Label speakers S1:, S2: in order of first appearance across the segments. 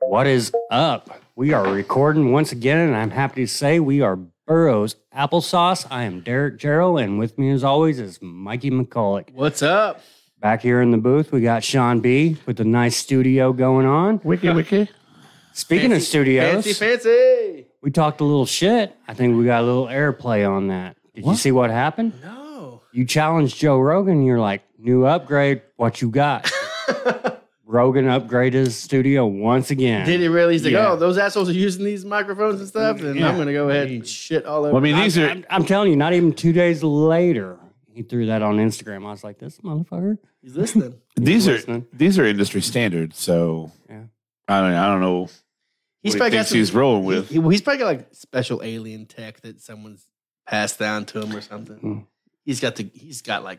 S1: What is up? We are recording once again, and I'm happy to say we are Burroughs Applesauce. I am Derek Gerald, and with me, as always, is Mikey McCulloch.
S2: What's up?
S1: Back here in the booth, we got Sean B with the nice studio going on.
S3: Wiki wiki.
S1: Speaking of
S2: Fancy-
S1: studios,
S2: Fancy, fancy.
S1: we talked a little shit. I think we got a little airplay on that. Did you see what happened?
S2: No.
S1: You challenged Joe Rogan. You're like, new upgrade. What you got? Rogan upgraded his studio once again.
S2: Did it really? He's like,
S1: Yeah.
S2: oh, those assholes are using these microphones and stuff, and
S1: Yeah.
S2: I'm gonna go ahead and shit all over.
S3: Well, I mean, these
S1: I'm,
S3: are
S1: I'm- I'm telling you, not even two days later, he threw that on Instagram. I was like, this motherfucker.
S2: He's listening.
S3: these are
S1: listening.
S3: these are industry standards. So
S1: Yeah.
S3: I don't I don't know
S2: He's
S3: what he
S2: probably got
S3: thinks
S2: some,
S3: he's rolling
S2: he-
S3: with.
S2: he- he's probably got like special alien tech that someone's passed down to him
S1: Hmm.
S2: or something. He's got the. He's got like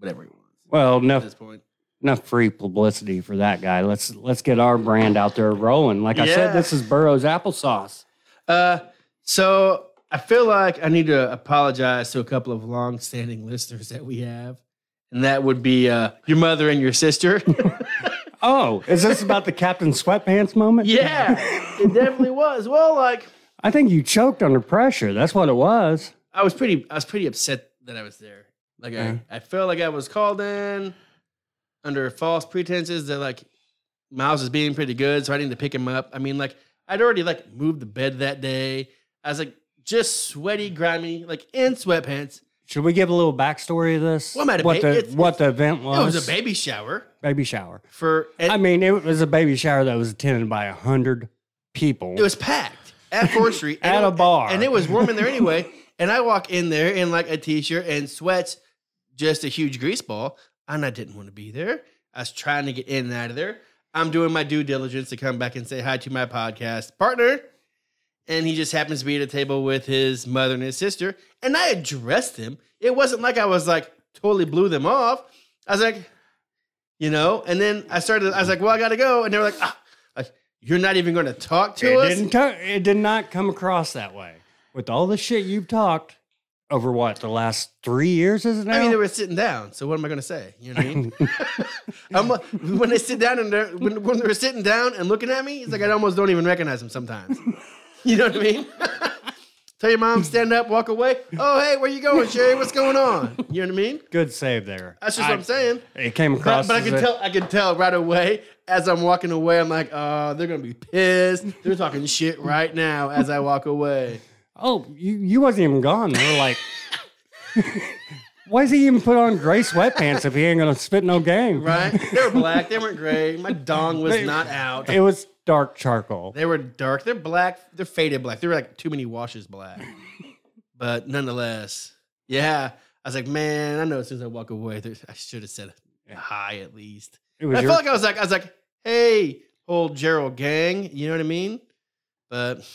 S2: whatever he wants
S1: Well,
S2: at
S1: enough
S2: this point.
S1: enough free publicity for that guy. Let's let's get our brand out there rolling. Like I said,
S2: Yeah.
S1: this is Burroughs applesauce.
S2: Uh, so I feel like I need to apologize to a couple of long-standing listeners that we have, and that would be uh, your mother and your sister.
S1: Oh, is this about the Captain Sweatpants moment?
S2: yeah, it definitely was. Well, like
S1: I think you choked under pressure. That's what it was.
S2: I was pretty, I was pretty upset that I was there. Like
S1: Yeah.
S2: I, I felt like I was called in under false pretenses that like Miles is being pretty good, so I need to pick him up. I mean, like I'd already like moved the bed that day. I was like just sweaty, grimy, like in sweatpants.
S1: Should we give a little backstory of this?
S2: Well, I'm at a
S1: what
S2: ba-
S1: the
S2: it's-
S1: what the event was?
S2: It was a baby shower
S1: baby shower.
S2: for. and
S1: I mean, it was a baby shower that was attended by a hundred people.
S2: it was packed at Fourth Street
S1: At
S2: and
S1: a
S2: it-
S1: bar.
S2: and it was warm in there anyway. and I walk in there in like a t-shirt and sweats, just a huge grease ball, and I didn't want to be there. I was trying to get in and out of there. I'm doing my due diligence to come back and say hi to my podcast partner, and he just happens to be at a table with his mother and his sister. And I addressed him. It wasn't like I was like totally blew them off. I was like, you know, and then I started. I was like, well, I gotta go, and they were like, ah, like you're not even going to talk to
S1: it
S2: us.
S1: Didn't co- it did not come across that way. With all the shit you've talked over what the last three years is it now?
S2: I mean, they were sitting down. So what am I going to say? You know what I mean? I'm, like- when they sit down and they're, when, when they were sitting down and looking at me, it's like I almost don't even recognize them sometimes. You know what I mean? Tell your mom, stand up, walk away. Oh, hey, where you going, Sherry? What's going on? You know what I mean?
S1: Good save there.
S2: That's just what
S1: I-
S2: I'm saying.
S1: It came
S2: But,
S1: across.
S2: but I
S1: as
S2: can
S1: a-
S2: tell, I can tell right away as I'm walking away. I'm like, oh, they're gonna be pissed. They're talking shit right now as I walk away.
S1: Oh, you you wasn't even gone. They were like, why does he even put on gray sweatpants if he ain't gonna spit no game?
S2: Right? They were black. They weren't gray. My dong was not out.
S1: It was dark charcoal.
S2: They were dark. They're black. They're faded black. They were like too many washes black. but nonetheless, yeah. I was like, man, I know as soon as I walk away, there- I should have said hi at least.
S1: It
S2: I
S1: was your,
S2: felt like I was like, I was like, hey, old Gerald gang. You know what I mean? But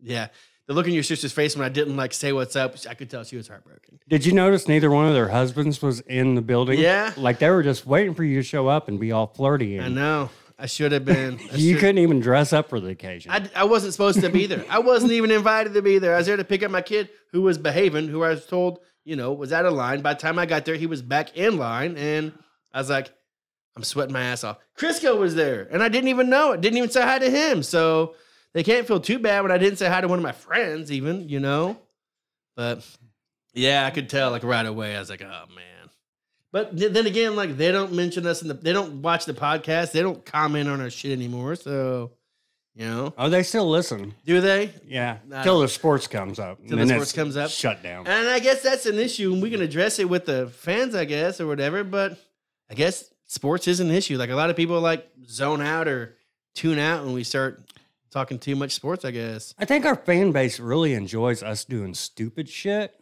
S2: yeah, the look in your sister's face when I didn't like say what's up, I could tell she was heartbroken.
S1: did you notice neither one of their husbands was in the building?
S2: Yeah.
S1: like they were just waiting for you to show up and be all flirty.
S2: I
S1: And
S2: know. I should have been. I
S1: you
S2: should-
S1: couldn't even dress up for the occasion.
S2: I, I wasn't supposed to be there. I wasn't even invited to be there. I was there to pick up my kid who was behaving, who I was told, you know, was out of line. By the time I got there, he was back in line. And I was like, I'm sweating my ass off. Crisco was there, and I didn't even know it. Didn't even say hi to him. So they can't feel too bad when I didn't say hi to one of my friends, even, you know? But yeah, I could tell like right away. I was like, oh, man. But th- then again, like they don't mention us in the, they don't watch the podcast. They don't comment on our shit anymore. So, you know.
S1: oh, they still listen.
S2: Do they?
S1: Yeah,
S2: I
S1: till the sports comes up.
S2: Till the
S1: Then
S2: sports
S1: it's
S2: comes up. Eh.
S1: Shut down.
S2: And I guess that's an issue, and we can address it with the fans, I guess, or whatever. But I guess sports is an issue. Like a lot of people like zone out or tune out when we start talking too much sports. I guess.
S1: I think our fan base really enjoys us doing stupid shit.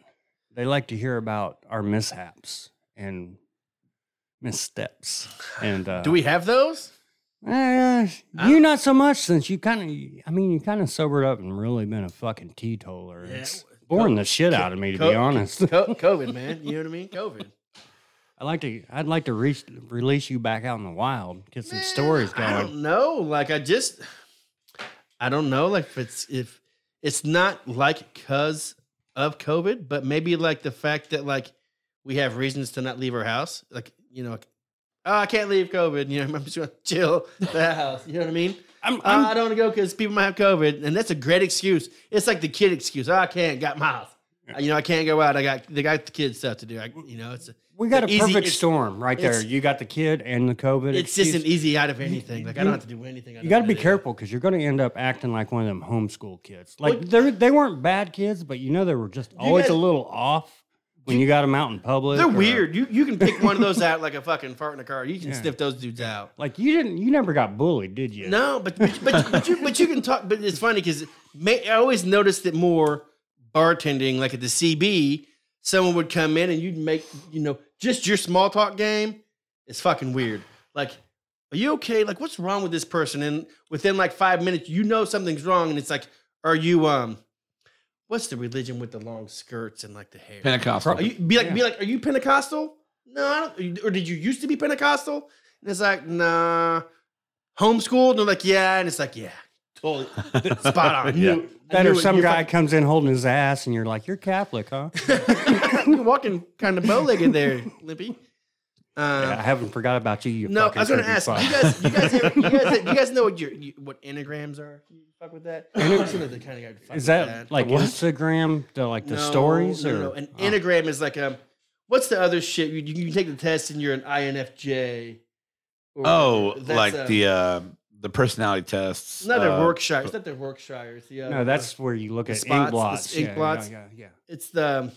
S1: They like to hear about our mishaps and missteps. And uh,
S2: Do we have those?
S1: eh, you not so much since you kind of. I mean, you kind of sobered up and really been a fucking teetotaler.
S2: Yeah.
S1: It's boring the shit out of me to be
S2: Co-
S1: honest.
S2: Co- COVID, man. You know what I mean? COVID.
S1: I like to. I'd like to reach, release you back out in the wild, get some stories
S2: I
S1: going.
S2: don't know. Like I just, I don't know. Like if it's if it's not like cause of COVID, but maybe like the fact that like we have reasons to not leave our house. Like you know, like, oh, I can't leave COVID. You know, I'm just gonna chill the house. You know what I mean?
S1: I'm,
S2: Oh,
S1: I'm
S2: I don't want to go because people might have COVID, and that's a great excuse. It's like the kid excuse. Oh, I can't. Got miles. You know, I can't go out. I got they got the kids stuff to do. I, you know, it's a,
S1: we got a
S2: easy-
S1: perfect
S2: it's-
S1: storm right there.
S2: it's-
S1: You got the kid and the COVID.
S2: it's just an
S1: excuse.
S2: easy out of anything. Like I
S1: you-
S2: don't have to do anything. I
S1: you
S2: don't
S1: got to
S2: wanna
S1: be
S2: do.
S1: careful because you're going to end up acting like one of them homeschool kids. Like
S2: Well-
S1: they they weren't bad kids, but you know they were just always a
S2: guys-
S1: little off when you got them out in public.
S2: They're
S1: or-
S2: weird. You you can pick one of those out like a fucking fart in a car. You can
S1: Yeah.
S2: sniff those dudes out.
S1: Like you didn't, you never got bullied, did you?
S2: No, but but but, but, you, but you can talk. But it's funny because I always noticed that more bartending, like at the CB, someone would come in and you'd make you know just your small talk game is fucking weird. Like, are you okay? Like, what's wrong with this person? And within like five minutes, you know something's wrong, and it's like, are you um, what's the religion with the long skirts and like the hair?
S3: Pentecostal.
S2: Are you be like be like? Are you Pentecostal? No, I don't, are you- or did you used to be Pentecostal? And it's like, nah. Homeschooled? And they're like, yeah. And it's like, yeah, totally spot on.
S3: Yeah.
S2: Knew- I
S1: That
S2: knew
S1: or
S2: it. Uh,
S1: some
S2: You're
S1: guy comes in holding his ass, and you're like, "You're Catholic, huh?"
S2: fucking- you're walking kind of bow legged there, Lippy.
S1: I
S2: Uh,
S1: haven't forgot about you. you
S2: no, I
S1: fucking
S2: was gonna
S1: turkey
S2: ask
S1: fuck.
S2: you guys. You guys, ever, you guys, you guys know what your you, what engrams are? You fuck with that?
S1: Enneag-
S2: I'm sure that they kinda got to fuck
S1: Is
S2: with
S1: that like
S3: What?
S1: Instagram? The like the
S2: No,
S1: stories
S2: No,
S1: or
S2: no, an
S1: Oh.
S2: enneagram is like um, what's the other shit? You, you can take the test and you're an INFJ. Or
S3: Oh,
S2: that's,
S3: like
S2: um,
S3: the uh, the personality tests.
S2: it's not
S3: uh,
S2: the Yorkshire. It's not the Yorkshire. It's the uh,
S1: No, that's where you look
S2: the
S1: at
S2: spots,
S1: ink blots.
S2: the ink
S1: yeah,
S2: blots.
S1: Yeah, yeah,
S2: uh, it's the um,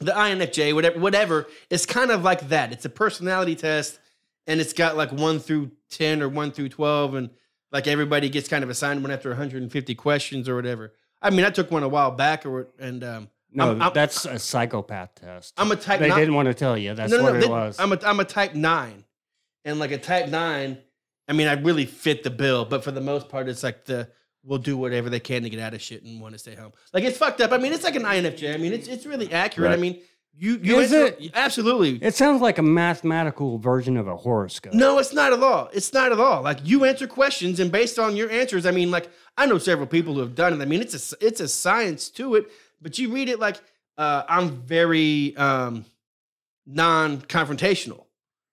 S2: the INFJ. Whatever, whatever. It's kind of like that. It's a personality test, and it's got like one through ten or one through twelve, and like everybody gets kind of assigned one after 150 questions or whatever. I mean, I took one a while back, or and um,
S1: No,
S2: I'm- I'm-
S1: that's a psychopath test.
S2: I'm a type.
S1: they
S2: nine-
S1: didn't want to tell you. That's what it
S2: they-
S1: was.
S2: I'm a I'm a type nine, and like a type nine, I mean, I really fit the bill. But for the most part, it's like the we'll do whatever they can to get out of shit and want to stay home. Like it's fucked up. I mean, it's like an INFJ. I mean, it's it's really accurate.
S3: Right.
S2: I mean, you you
S1: Is
S2: answer-
S1: it?
S2: absolutely.
S1: it sounds like a mathematical version of a horoscope.
S2: no, it's not at all. It's not at all. Like you answer questions, and based on your answers, I mean, like I know several people who have done it. I mean, it's a it's a science to it. But you read it like uh, I'm very um, non-confrontational,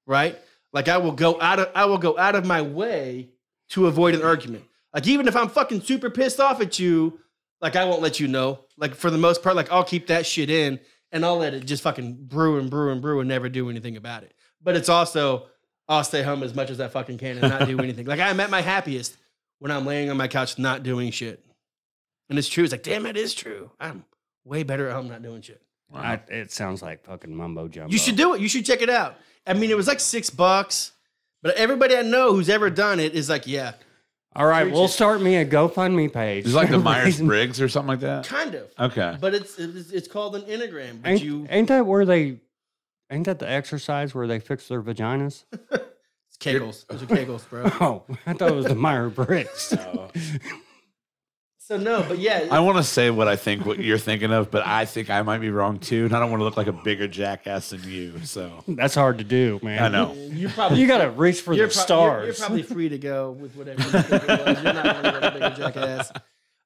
S2: right? Like I will go out of I will go out of my way to avoid an argument. Like even if I'm fucking super pissed off at you, like I won't let you know. Like for the most part, like I'll keep that shit in and I'll let it just fucking brew and brew and brew and never do anything about it. But it's also I'll stay home as much as I fucking can and not do anything. Like I'm at my happiest when I'm laying on my couch not doing shit. And it's true. It's like, damn, it is true. I'm way better at home not doing shit.
S3: wow.
S1: I, it sounds like fucking mumbo jumbo.
S2: You should do it. You should check it out. I mean, it was like six bucks, but everybody I know who's ever done it is like, yeah,
S1: All right,
S2: Preach
S1: we'll
S2: it.
S1: start me a GoFundMe page.
S3: It's like the Myers
S1: Raise-
S3: Briggs or something like that.
S2: kind of.
S3: Okay.
S2: But it's it's, it's called an enneagram. But
S1: Ain't,
S2: you
S1: ain't that where they? Ain't that the exercise where they fix their vaginas?
S2: it's kegels. Those are kegels, bro.
S1: Oh, I thought it was the Meyer Briggs.
S2: So no, but yeah,
S3: I want to say what I think what you're thinking of, but I think I might be wrong too, and I don't want to look like a bigger jackass than you. So
S1: That's hard to do, man.
S3: I know.
S2: you probably
S1: You got to reach for
S2: you're
S1: the
S2: pro- you're-
S1: stars.
S2: You're, probably free to go with whatever. You think it was. You're not really that big a jackass. Uh,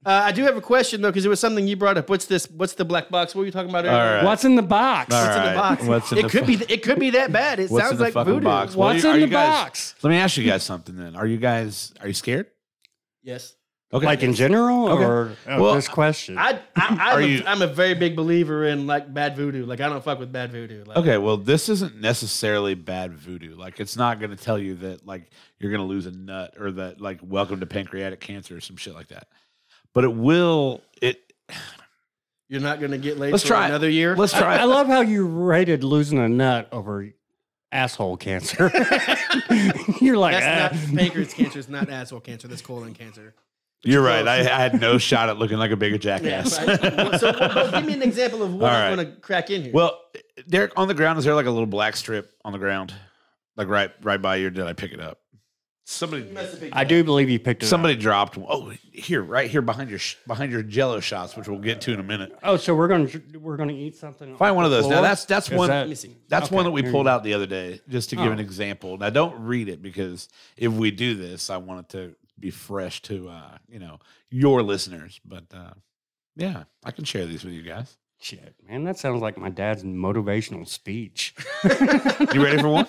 S2: I do have a question though, because it was something you brought up. What's this? What's the black box? What were you talking about? earlier?
S3: All right.
S1: What's in the box?
S3: All
S2: What's in
S3: right.
S2: the box?
S3: What's in
S2: it
S3: the
S2: could
S3: fu-
S2: be. th- it could be that bad. It
S3: What's
S2: sounds
S3: in the
S2: like
S3: fucking
S2: voodoo.
S3: box? Well,
S1: What's
S3: are
S1: in
S3: you
S1: the
S3: guys-
S1: box?
S3: Let me ask you guys something then. Are you guys are you scared?
S2: Yes.
S3: Okay.
S1: Like in general,
S3: Okay.
S1: or uh,
S3: Well,
S1: this question?
S2: I, I I'm,
S3: Are
S2: a,
S3: you-
S2: am a very big believer in like bad voodoo. Like I don't fuck with bad voodoo. Like,
S3: Okay, well, this isn't necessarily bad voodoo. Like, it's not going to tell you that like you're going to lose a nut or that like welcome to pancreatic cancer or some shit like that. But it will. It
S2: You're not gonna get laid
S3: Let's
S2: for
S3: try it.
S2: another year.
S3: let's
S1: I,
S3: try.
S1: I
S3: it.
S1: love how you rated losing a nut over asshole cancer. You're like,
S2: That's
S1: "Ah."
S2: not pancreas cancer. It's not asshole cancer. That's colon cancer.
S3: You're right. I, I had no shot at looking like a bigger jackass.
S2: right. so well, well, give me an example of what
S3: All
S2: I'm
S3: right.
S2: gonna crack in here.
S3: Well, Derek, on the ground is there like a little black strip on the ground, like right right by you? or Did I pick it up? Somebody,
S2: You must have picked
S1: I do believe you picked it
S3: somebody dropped. one. Oh, here, right here behind your sh- behind your Jello shots, which we'll get to in a minute.
S1: up. Oh, so we're gonna we're gonna eat something.
S3: Find
S1: off
S3: one of
S1: the
S3: those. Now
S1: floor?
S3: that's that's
S1: Is
S3: one.
S1: that-
S2: Let me see.
S3: That's one
S1: Okay,
S3: that we
S1: there
S3: pulled
S1: you
S3: out the other day, just to give
S1: Oh.
S3: an example. Now, don't read it because if we do this, I want it to be fresh to uh, you know your listeners. But uh, yeah, I can share these with you guys.
S1: Shit, man, that sounds like my dad's motivational speech.
S3: You ready for one?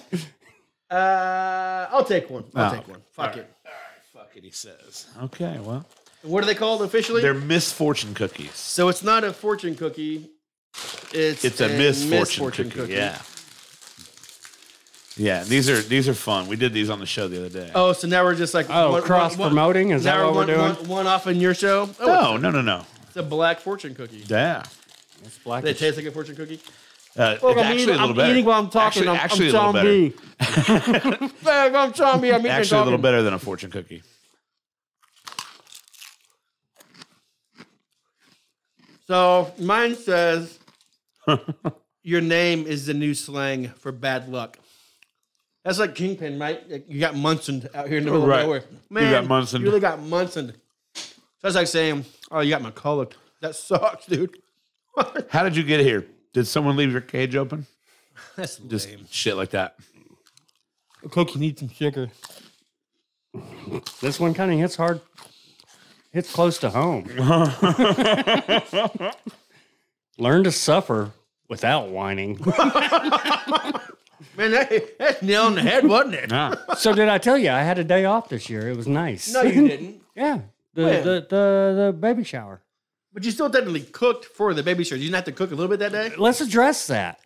S2: Uh, I'll take one. I'll
S3: Oh,
S2: take one. Fuck it. Ah, All right, fuck
S3: bucket, he says. Okay, well.
S2: What are they called officially?
S3: They're misfortune cookies.
S2: so it's not a fortune cookie. It's
S3: It's a misfortune, cookie. Yeah. Yeah, these are these are fun. We did these on the show the other day.
S2: Oh, so now we're just like
S1: Oh,
S2: one- one-
S1: cross promoting? Is
S2: now
S1: that what we're
S2: one-
S1: doing?
S2: One, one off in your show. Oh,
S3: no, no, no, no.
S2: it's a black fortune cookie.
S3: Yeah.
S1: It's black.
S2: They taste like a fortune cookie.
S3: Uh, it's actually a little better. Actually, actually a little better.
S2: I'm John B. I'm eating
S3: Actually, a little better than a fortune cookie.
S2: So mine says, "Your name is the new slang for bad luck." That's like Kingpin, right? Like, You got Munson out here in the middle
S3: Right.
S2: of nowhere. Man,
S3: got Munson.
S2: You really got Munson. That's like saying, "Oh, you got my color." That sucks, dude.
S3: How did you get here? Did someone leave your cage open?
S2: That's
S3: Just shit like that.
S2: Cookie needs some sugar.
S1: This one kind of hits hard. Hits close to home. Learn to suffer without whining.
S2: Man, that, that's nail on the head, wasn't it?
S3: Nah.
S1: so did I tell you I had a day off this year? It was nice.
S2: No, you didn't.
S1: yeah. The,
S2: When?
S1: the the the baby shower.
S2: But you still technically cooked for the baby shower. You didn't have to cook a little bit that day.
S1: Let's address that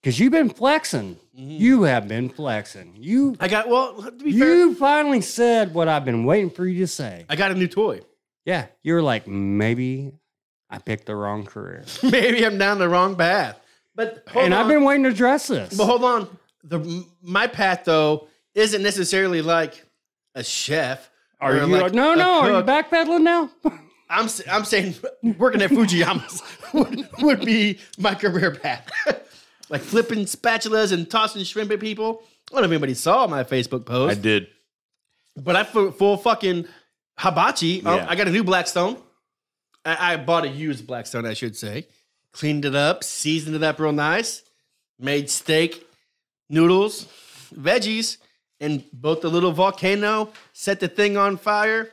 S1: because you've been flexing.
S2: Mm-hmm.
S1: You have been flexing. You
S2: I got well. To be fair,
S1: you finally said what I've been waiting for you to say.
S2: I got a new toy.
S1: Yeah, you were like maybe I picked the wrong career,
S2: Maybe I'm down the wrong path. But hold
S1: and
S2: on.
S1: I've been waiting to address this.
S2: But hold on. The my path though isn't necessarily like a chef.
S1: Are
S2: or
S1: you
S2: like
S1: no
S2: a
S1: no? Are you
S2: cook.
S1: backpedaling now?
S2: I'm s- I'm saying working at Fujiyama's would, would be my career path. like flipping spatulas and tossing shrimp at people. I don't know if anybody saw my Facebook
S3: I
S2: post,
S3: did.
S2: but I fu- full fucking hibachi. Oh,
S3: Yeah.
S2: I got a new Blackstone. I, I bought a used Blackstone, I should say. Cleaned it up, seasoned it up real nice. Made steak, noodles, veggies, and built the little volcano. Set the thing on fire.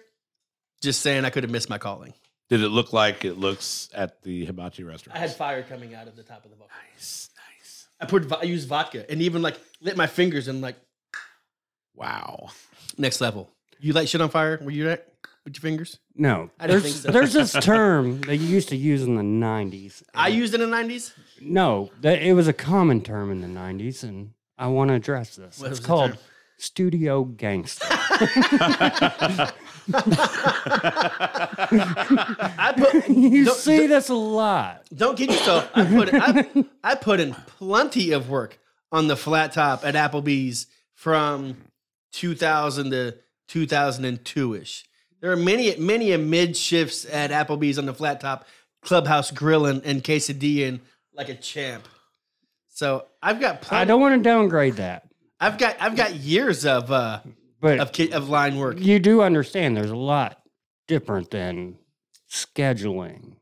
S2: Just saying, I could have missed my calling.
S3: Did it look like it looks at the hibachi restaurant?
S2: I had fire coming out of the top of the volcano.
S3: nice, nice.
S2: I put vo- I used vodka and even like lit my fingers and like
S3: Wow.
S2: next level. You light shit on fire? Were you at with your fingers?
S1: No,
S2: I didn't
S1: there's
S2: think so.
S1: there's this term that you used to use in the '90s.
S2: I used it in the nineties.
S1: no, that it was a common term in the '90s, and I want to address this.
S2: What
S1: it's
S2: was the
S1: called
S2: term?
S1: studio gangster.
S2: I put
S1: you
S2: Don't-
S1: see this a lot.
S2: Don't kid yourself. I put I, I put in plenty of work on the flat top at Applebee's from 2000 to 2002 ish. There are many many a mid shifts at Applebee's on the flat top, clubhouse grilling and quesadilla like a champ. So I've got
S1: I
S2: plenty.
S1: don't want to downgrade that,
S2: I've got I've got years of uh
S1: but
S2: of ki- of line work.
S1: you do understand there's a lot different than scheduling,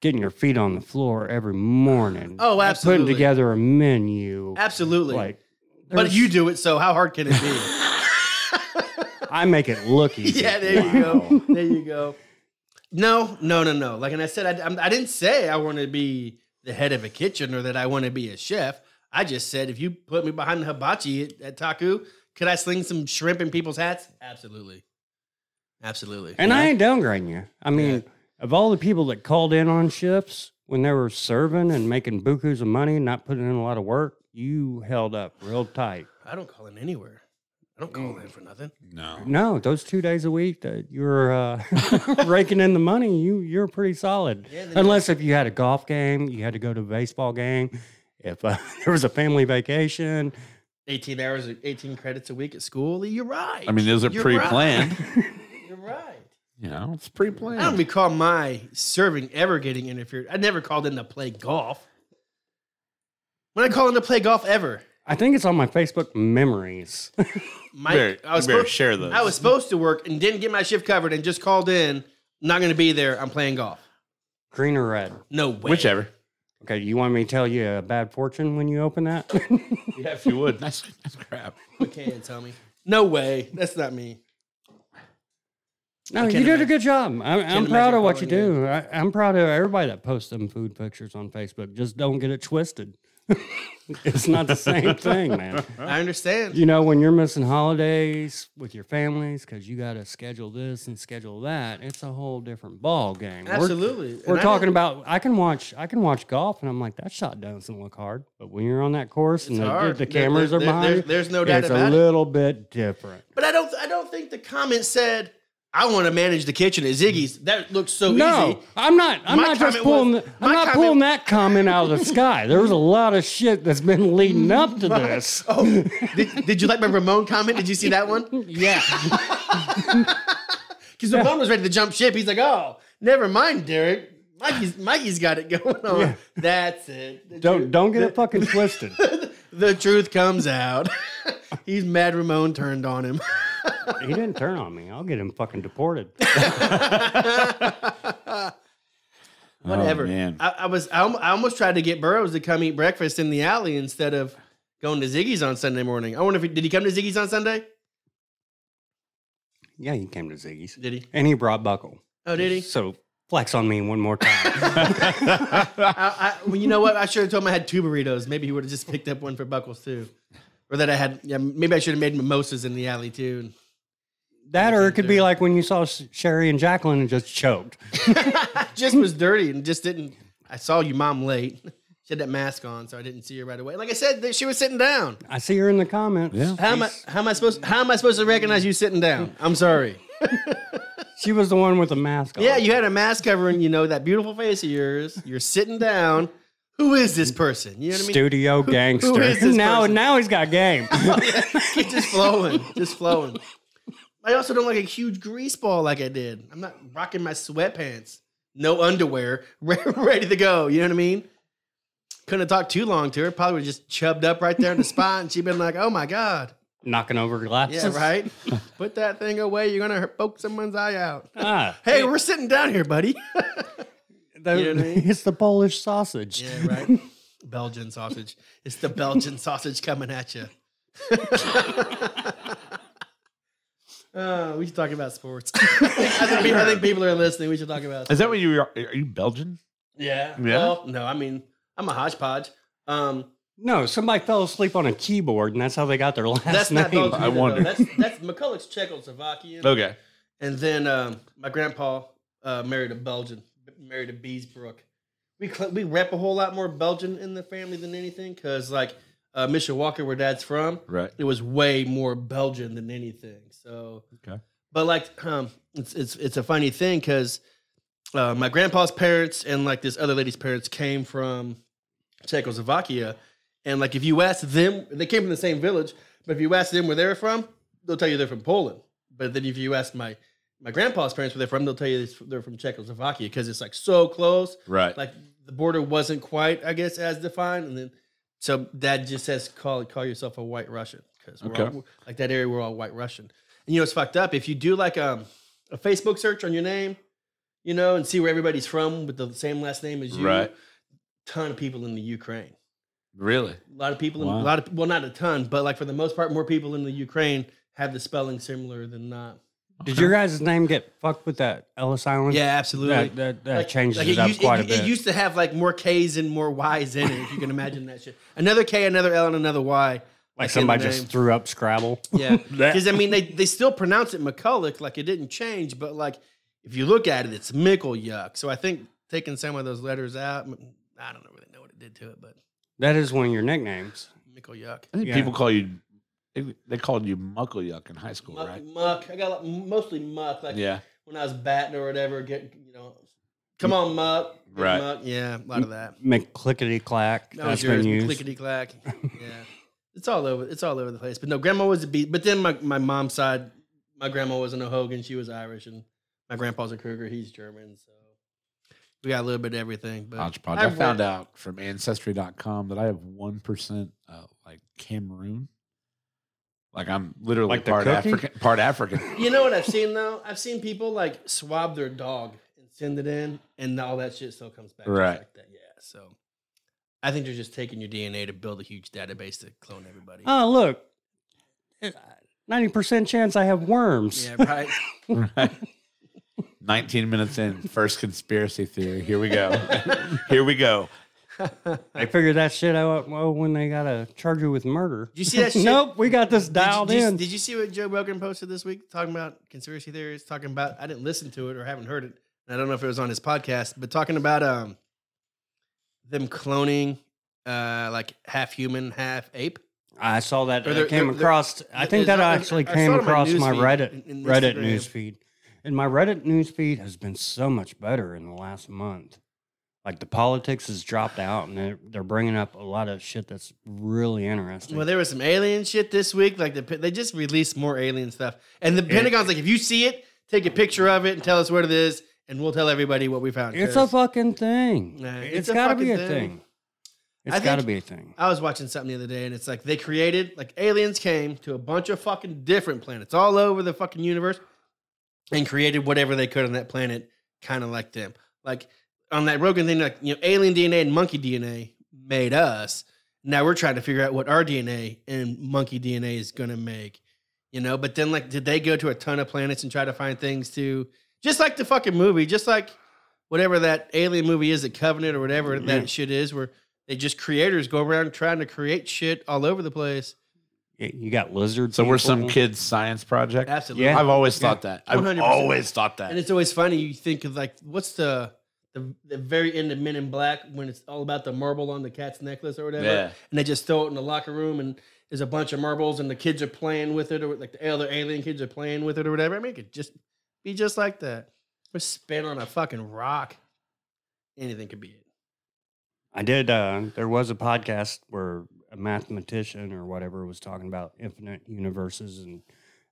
S1: getting your feet on the floor every morning.
S2: Oh,
S1: Putting
S2: absolutely.
S1: together a menu.
S2: Absolutely.
S1: Like,
S2: but
S1: there's-
S2: you do it, so how hard can it be?
S1: I make it look easy.
S2: yeah, there you go. There you go. No, no, no, no. Like, and I said, I, I'm- I didn't say I want to be the head of a kitchen or that I want to be a chef. I just said if you put me behind the hibachi at, at Taku, could I sling some shrimp in people's hats? Absolutely, absolutely.
S1: And I ain't downgrading you. I mean, of all the people that called in on shifts when they were serving and making bukus of money and not putting in a lot of work, you held up real tight.
S2: I don't call in anywhere. I don't call
S1: Mm.
S2: in for nothing.
S3: No.
S1: No, those two days a week that you were uh, raking in the money, you you're pretty solid.
S2: Yeah, then-
S1: Unless if you had a golf game, you had to go to a baseball game. If uh, there was a family vacation,
S2: Eighteen hours, eighteen credits a week at school. You're right.
S3: I mean, those are
S2: You're right.
S3: pre-planned.
S2: You're right.
S3: You know, it's
S2: I don't
S3: pre-planned.
S2: recall my serving ever getting interfered. I never called in to play golf. When I call in to play golf ever,
S1: I think it's on my Facebook memories.
S2: Mike,
S3: Better-
S2: I was
S3: you better
S2: supposed,
S3: share those.
S2: I was supposed to work and didn't get my shift covered and just called in. Not going to be there. I'm playing golf.
S1: Green or red?
S2: No way.
S3: Whichever.
S1: Okay, you want me to tell you a bad fortune when you open that?
S3: Yeah, if you would. nice, nice crap.
S2: You can't tell me. No way. That's not me.
S1: no,
S2: I
S1: you
S2: can't
S1: did a
S2: imagine-
S1: good job. I'm, I'm
S2: can't
S1: proud
S2: imagine
S1: of what you
S2: calling
S1: do. I, I'm proud of everybody that posts them food pictures on Facebook. Just don't get it twisted. It's not the same thing, man.
S2: I understand.
S1: You know, when you're missing holidays with your families because you got to schedule this and schedule that, it's a whole different ball game. We're-
S2: Absolutely.
S1: We're,
S2: And I
S1: talking
S2: don't-
S1: about I can watch I can watch golf and I'm like that shot doesn't look hard, but when you're on that course and
S2: It's
S1: the,
S2: hard.
S1: the
S2: There-
S1: cameras
S2: there-
S1: are
S2: there-
S1: behind
S2: there-
S1: you,
S2: There's no doubt
S1: it's a
S2: about it.
S1: little bit different.
S2: But I don't. I don't think the comment said, "I want to manage the kitchen at Ziggy's." That looks so
S1: no,
S2: easy.
S1: I'm not. I'm
S2: My
S1: not just
S2: comment
S1: pulling.
S2: was-
S1: the,
S2: my
S1: I'm not
S2: comment-
S1: pulling that comment out of the sky. There was a lot of shit that's been leading up to this.
S2: Oh, did, did you like my Ramon comment? Did you see that one?
S1: Yeah,
S2: Because Ramon was ready to jump ship. He's like, "Oh, never mind, Derek. Mikey's Mikey's got it going on.
S1: Yeah.
S2: That's it. The
S1: don't don't get it fucking twisted.
S2: the truth comes out. He's mad Ramon turned on him.
S1: He didn't turn on me. I'll get him fucking deported.
S2: Whatever.
S3: Oh, man.
S2: I, I was I, alm- I almost tried to get Burrows to come eat breakfast in the alley instead of going to Ziggy's on Sunday morning. I wonder if he, did he come to Ziggy's on Sunday?
S1: Yeah, he came to Ziggy's
S2: Did he?
S1: and he brought Buckle.
S2: Oh, did he?
S1: So flex on me one more time.
S2: I, I, well, you know what? I should have told him I had two burritos. Maybe he would have just picked up one for Buckles too, or that I had. Yeah, maybe I should have made mimosas in the alley too.
S1: that or it could be like when you saw Sh- Sherry and Jacqueline and just choked.
S2: I just was dirty and just didn't. I saw you, mom, late. She had that mask on, so I didn't see her right away. Like I said, that she was sitting down.
S1: I see her in the comments.
S3: Yeah.
S2: How am I? How am I supposed? How am I supposed to recognize you sitting down? I'm sorry.
S1: She was the one with the mask on.
S2: Yeah, you had a mask covering, you know, that beautiful face of yours. You're sitting down. Who is this person? You know what I mean?
S1: Studio gangster.
S2: is this
S1: now,
S2: person?
S1: now he's got game.
S2: It's just flowing, just flowing. I also don't like a huge grease ball like I did. I'm not rocking my sweatpants, no underwear, re- ready to go. You know what I mean? Couldn't have talked too long to her. Probably would have just chubbed up right there in the spot, and she'd been like, "Oh my god,
S1: Knocking over glasses.
S2: yeah, right. Put that thing away. You're gonna hurt- poke someone's eye out."
S1: Ah,
S2: Hey, we're sitting down here, buddy.
S1: the-
S2: You know what I mean?
S1: it's the Polish sausage.
S2: Yeah, right. Belgian sausage. It's the Belgian sausage coming at you. uh, we should talk about sports. I, think, pe- I think people are listening. We should talk about.
S3: Is that what you are? Are you Belgian?
S2: Yeah.
S3: Yeah?
S2: Well, no, I mean, I'm a hodgepodge. Um,
S1: No, somebody fell asleep on a keyboard, and that's how they got their last
S2: that's
S1: name.
S2: not Belgian.
S3: I
S2: either, though.
S3: wonder. Oh.
S2: That's that's McCulloch's Czechoslovakian.
S3: Okay.
S2: And then um, my grandpa uh, married a Belgian, married a Beesbrook. We cl- we rep a whole lot more Belgian in the family than anything, cause like uh, Mishawaka, where Dad's from,
S3: Right.
S2: it was way more Belgian than anything. So,
S3: Okay.
S2: but like, um, it's it's it's a funny thing because uh, my grandpa's parents and like this other lady's parents came from Czechoslovakia, and like if you ask them, they came from the same village, but if you ask them where they're from, they'll tell you they're from Poland. But then if you ask my my grandpa's parents where they're from, they'll tell you they're from Czechoslovakia because it's like so close
S3: Right.
S2: like the border wasn't quite, I guess, as defined, and then so dad just says call call yourself a white Russian because we're
S3: Okay.
S2: all, like that area we're all white Russian, and you know it's fucked up if you do like um a Facebook search on your name, you know, and see where everybody's from with the same last name as you.
S3: Right.
S2: Ton of people in the Ukraine.
S3: really?
S2: A lot of people. In,
S3: Wow.
S2: a lot of well, not a ton, but like for the most part, more people in the Ukraine have the spelling similar than not.
S1: Did your guys' name get fucked with that Ellis Island?
S2: Yeah, absolutely.
S1: That, that, that
S2: Like-
S1: changes
S2: like
S1: it, up
S2: used,
S1: quite
S2: it,
S1: a bit.
S2: It used to have like more K's and more Y's in it, if you can imagine that shit. Another K, another L, and another Y.
S1: like
S2: in the
S1: somebody just
S2: name.
S1: threw up Scrabble.
S2: Yeah.
S1: That-
S2: Because, I mean, they, they still pronounce it McCulloch, like it didn't change, but like if you look at it, it's Mickleyuck. So I think taking some of those letters out, I don't really know what it did to it, but
S1: That is one of your nicknames.
S2: Mickleyuck.
S3: I think
S1: Yeah.
S3: people call you. they- They called you Muckleyuck in high school,
S2: Muck,
S3: right?
S2: muck. I got like, mostly muck. Like
S3: Yeah.
S2: when I was batting or whatever, get, you know, come on, muck. big
S3: Right.
S2: Muck. Yeah, a lot of that.
S1: McClickety clack.
S2: That was
S1: That's
S2: yours.
S1: been used.
S2: Clickety clack. Yeah, it's all over. It's all over the place. But no, grandma was a beat. But then my, my mom's side, my grandma was an O'Hogan. She was Irish, and my grandpa's a Kruger. He's German. So we got a little bit of everything. But
S3: Hodgepodge.
S2: I've
S3: I found
S2: read-
S3: out from ancestry.com that I have 1% uh, like Cameroon. Like I'm literally
S1: Like the
S3: part
S1: cookie?
S3: African, part African.
S2: you know what I've seen though? I've seen people like swab their dog and send it in, and all that shit still comes back just
S3: Right.
S2: like that. Yeah. So I think they're just taking your DNA to build a huge database to clone everybody.
S1: Oh, look. Ninety percent chance I have worms.
S2: Yeah. Right.
S3: Right? 19 minutes in, first conspiracy theory. Here we go. Here we go.
S1: They figured that shit out well, when they got to charge you with murder.
S2: Did you see that shit?
S1: nope, we got this
S2: Did you-
S1: dialed
S2: did you,
S1: in.
S2: Did you see what Joe Rogan posted this week talking about conspiracy theories? Talking about I didn't listen to it or haven't heard it. And I don't know if it was on his podcast, but talking about um them cloning uh like half human, half ape.
S1: I saw that.
S2: Or
S1: It
S2: they're-
S1: came
S2: they're- they're-
S1: across. I think
S2: it's not-
S1: that
S2: I-
S1: actually
S2: I
S1: came
S2: saw it on my
S1: across my,
S2: newsfeed,
S1: Reddit
S2: in- in
S1: Reddit
S2: Instagram.
S1: newsfeed, and my Reddit newsfeed has been so much better in the last month. Like the politics has dropped out, and they're, they're bringing up a lot of shit that's really interesting.
S2: Well, there was some alien shit this week. Like the, Pe- they just released more alien stuff, and the Pentagon's like, if you see it, take a picture of it and tell us what it is, and we'll tell everybody what we found.
S1: it's a
S2: 'Cause
S1: fucking thing.
S2: Nah, it's
S1: it's
S2: a
S1: got to
S2: fucking
S1: be a
S2: thing.
S1: thing.
S2: I
S1: It's got to
S2: think-
S1: be a thing.
S2: I was watching something the other day, and it's like they created like aliens came to a bunch of fucking different planets all over the fucking universe, and created whatever they could on that planet, kind of like them. Like on that Rogan thing, like you know, alien DNA and monkey DNA made us. Now we're trying to figure out what our DNA and monkey DNA is gonna make, you know. But then, like, did they go to a ton of planets and try to find things to, just like the fucking movie, just like whatever that alien movie is, the Covenant or whatever
S1: Yeah.
S2: that shit is, where they just creators go around trying to create shit all over the place.
S1: Y- You got lizards.
S3: So we're some kid's science project.
S2: Absolutely.
S1: Yeah.
S3: I've always
S1: Yeah.
S3: thought that. I've
S2: 100%.
S3: always thought that.
S2: And it's always funny. You think of like, what's the, the the very end of Men in Black when it's all about the marble on the cat's necklace or whatever,
S3: Yeah.
S2: and they just throw it in the locker room and there's a bunch of marbles and the kids are playing with it or like the other alien kids are playing with it or whatever. I mean, it could just be just like that. Or spin on a fucking rock. Anything could be it.
S1: I did. Uh, there was a podcast where a mathematician or whatever was talking about infinite universes and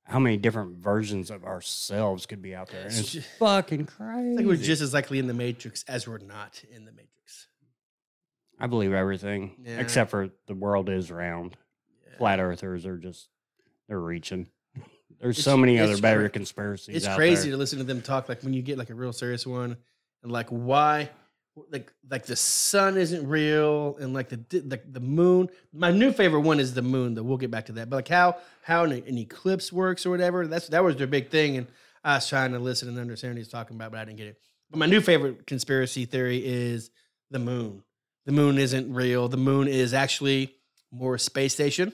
S1: how many different versions of ourselves could be out there. And
S2: It's
S1: it's
S2: ju-
S1: fucking
S2: I
S1: crazy.
S2: think we're just as likely in the Matrix as we're not in the Matrix.
S1: I believe everything
S2: Yeah.
S1: except for the world is round.
S2: Yeah.
S1: Flat earthers are just they're reaching. There's so
S2: It's-
S1: many
S2: it's
S1: other better
S2: cra-
S1: conspiracies.
S2: it's
S1: out
S2: crazy
S1: there.
S2: to listen to them talk like when you get like a real serious one and like why like like the sun isn't real and like the di- the, the moon my new favorite one is the moon though we'll get back to that but like how how an, an eclipse works or whatever that's that was their big thing and i was trying to listen and understand what he's talking about but i didn't get it but my new favorite conspiracy theory is the moon the moon isn't real the moon is actually more a space station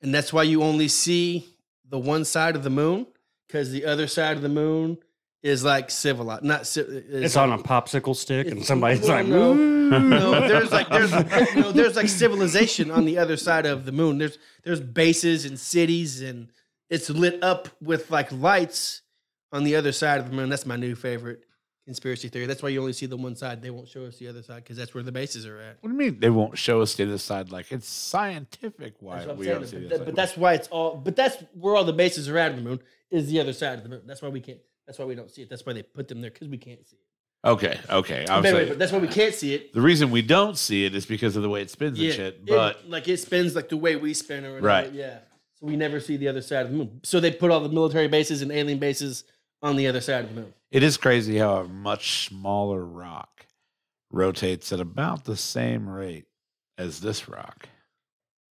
S2: and that's why you only see the one side of the moon because the other side of the moon is like civilized. Not ci-
S1: It's on a popsicle stick, and
S2: it's-
S1: somebody's
S2: well,
S1: like,
S2: no.
S1: "Ooh."
S2: no. There's like there's no there's like civilization on the other side of the moon. There's there's bases and cities and it's lit up with like lights on the other side of the moon. That's my new favorite conspiracy theory. That's why you only see the one side. They won't show us the other side because that's where the bases are at.
S3: what do you mean they won't show us the other side? Like it's scientific why
S2: That's what I'm
S3: we
S2: saying,
S3: don't see
S2: but,
S3: the
S2: that-
S3: other
S2: but
S3: side.
S2: that's why it's all. But that's where all the bases are at of the moon is the other side of the moon. That's why we can't. That's why we don't see it. That's why they put them there because we can't see it.
S3: okay, okay. I'm
S2: But anyway,
S3: saying-
S2: but that's why we can't see it.
S3: The reason we don't see it is because of the way it spins and shit.
S2: it-
S3: But
S2: like it spins like the way we spin or whatever.
S3: Right.
S2: Yeah. So we never see the other side of the moon. So they put all the military bases and alien bases on the other side of the moon.
S3: it is crazy how a much smaller rock rotates at about the same rate as this rock.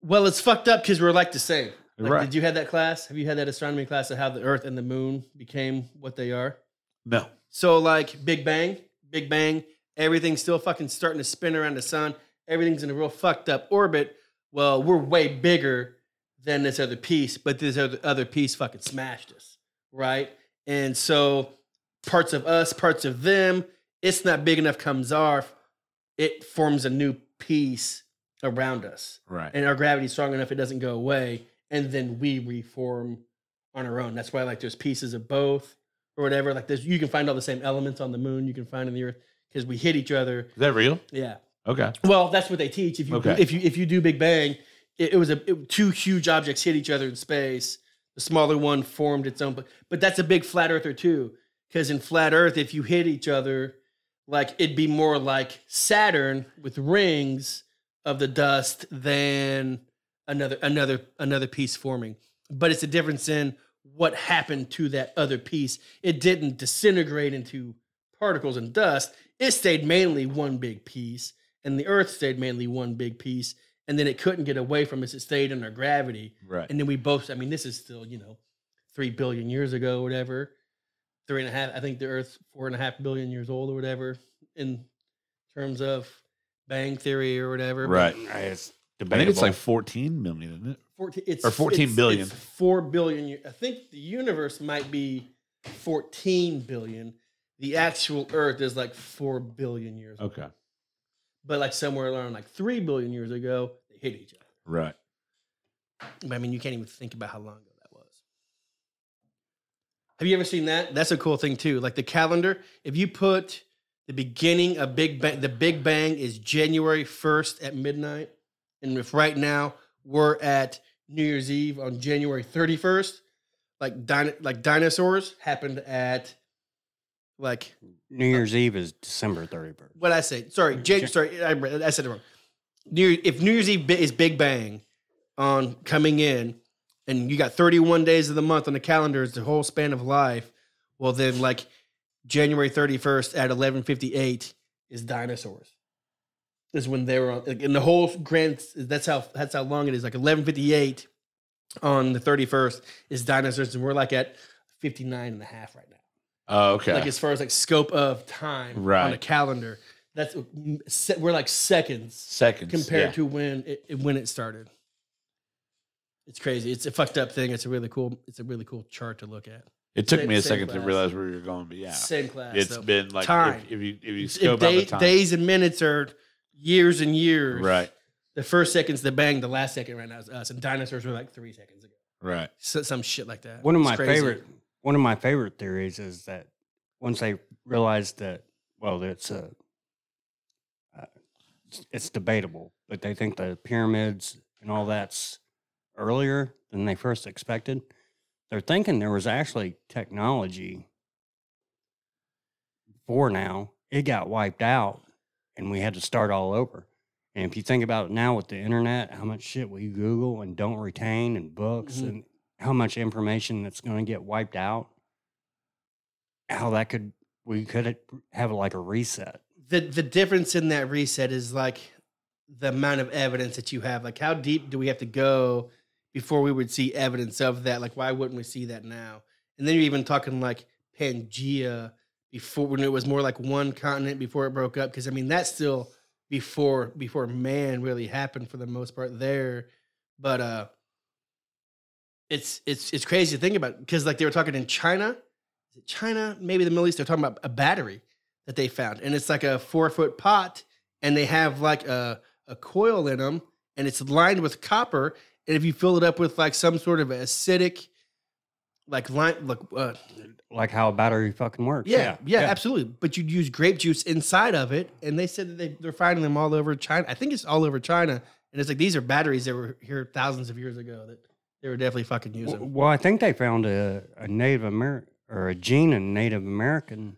S2: Well, it's fucked up because we're like the same. Like,
S3: Right.
S2: Did you have that class? Have you had that astronomy class of how the Earth and the Moon became what they are?
S3: No.
S2: So like Big Bang, Big Bang, everything's still fucking starting to spin around the sun. Everything's in a real fucked up orbit. Well, we're way bigger than this other piece, but this other other piece fucking smashed us, right? And so parts of us, parts of them, it's not big enough comes off. It forms a new piece around us
S3: Right.
S2: and our gravity's strong enough it doesn't go away and then we reform on our own that's why like there's pieces of both or whatever like there's you can find all the same elements on the moon you can find in the earth because we hit each other
S3: is that real?
S2: yeah
S3: Okay.
S2: well that's what they teach if you
S3: Okay.
S2: if you if you do big bang it, it was a it- two huge objects hit each other in space the smaller one formed its own but but that's a big flat earther too because in flat earth if you hit each other like it'd be more like saturn with rings of the dust than another another another piece forming but it's a difference in what happened to that other piece it didn't disintegrate into particles and dust it stayed mainly one big piece and the earth stayed mainly one big piece and then it couldn't get away from us it stayed under gravity
S3: Right.
S2: and then we both, I mean, this is still, you know, three billion years ago, whatever. Three and a half, I think the Earth's four and a half billion years old or whatever in terms of Bang Theory or whatever. but
S3: Right.
S1: It's
S3: I
S1: debatable.
S3: think it's like 14 million, isn't it?
S2: 14, it's,
S3: Or 14
S2: it's-
S3: billion.
S2: it's Four billion. u- I think the universe might be fourteen billion. The actual Earth is like four billion years. old.
S3: Okay.
S2: But like somewhere around like three billion years ago, they hit each other.
S3: Right.
S2: But I mean, you can't even think about how long ago that was. Have you ever seen that? That's a cool thing too. Like the calendar. If you put the beginning of Big Bang, the Big Bang is January first at midnight, and if right now we're at New Year's Eve on January thirty first, like din- like dinosaurs happened at like
S1: New Year's Eve is December 31st.
S2: what I say. Sorry, Jan-
S1: Jan-
S2: sorry, I, read- I said it wrong. New Year- if New Year's Eve bi- is Big Bang on coming in, and you got 31 days of the month on the calendar is the whole span of life. Well, then like January 31st at 11:58 is dinosaurs. Is when they were on, like, and the whole grand. That's how that's how long it is. Like 11:58 on the 31st is dinosaurs, and we're like at 59 and a half right now
S3: Oh, okay.
S2: like as far as like scope of time on a
S3: Right.
S2: calendar. That's se- we're like seconds
S3: Seconds.
S2: compared
S3: yeah.
S2: to when it, it- when it started. It's crazy. It's a fucked up thing. It's a really cool. It's a really cool chart to look at.
S3: It took
S2: same-
S3: me a
S2: same
S3: second to
S2: class.
S3: realize where you're going, but yeah.
S2: Same class.
S3: It's
S2: though.
S3: been like
S2: Time.
S3: If, if you if you
S2: If
S3: scope out
S2: day-
S3: the time.
S2: days and minutes are years and years.
S3: Right.
S2: The first second's the bang. The last second right now is us. And dinosaurs were like three seconds ago.
S3: Right.
S2: So, some shit like that.
S1: One of
S2: It's
S1: my
S2: crazy.
S1: favorite one of my favorite theories is that once they realized that well it's a uh, it's- it's debatable, but they think the pyramids and all that's earlier than they first expected. They're thinking there was actually technology before now. It got wiped out and we had to start all over. And if you think about it now with the internet, how much shit we Google and don't retain and books
S2: Mhm.
S1: and how much information that's going to get wiped out, how that could we could have like a reset.
S2: the the difference in that reset is like the amount of evidence that you have. Like, how deep do we have to go before we would see evidence of that? Like, why wouldn't we see that now? And then you're even talking like Pangea before when it was more like one continent before it broke up. Because I mean, that's still before before man really happened for the most part there. But uh, it's it's it's crazy to think about because like they were talking in China, is it China, maybe the Middle East. They're talking about a battery that they found, and it's like a four foot pot, and they have like a a coil in them, and it's lined with copper, and if you fill it up with like some sort of acidic, like line, like uh,
S1: Like how a battery fucking works.
S2: yeah, yeah, absolutely. But you'd use grape juice inside of it, and they said that they, they're finding them all over China. I think it's all over China, and it's like these are batteries that were here thousands of years ago that they were definitely fucking
S1: W-
S2: using.
S1: Well, I think they found a, a Native American or a gene in Native American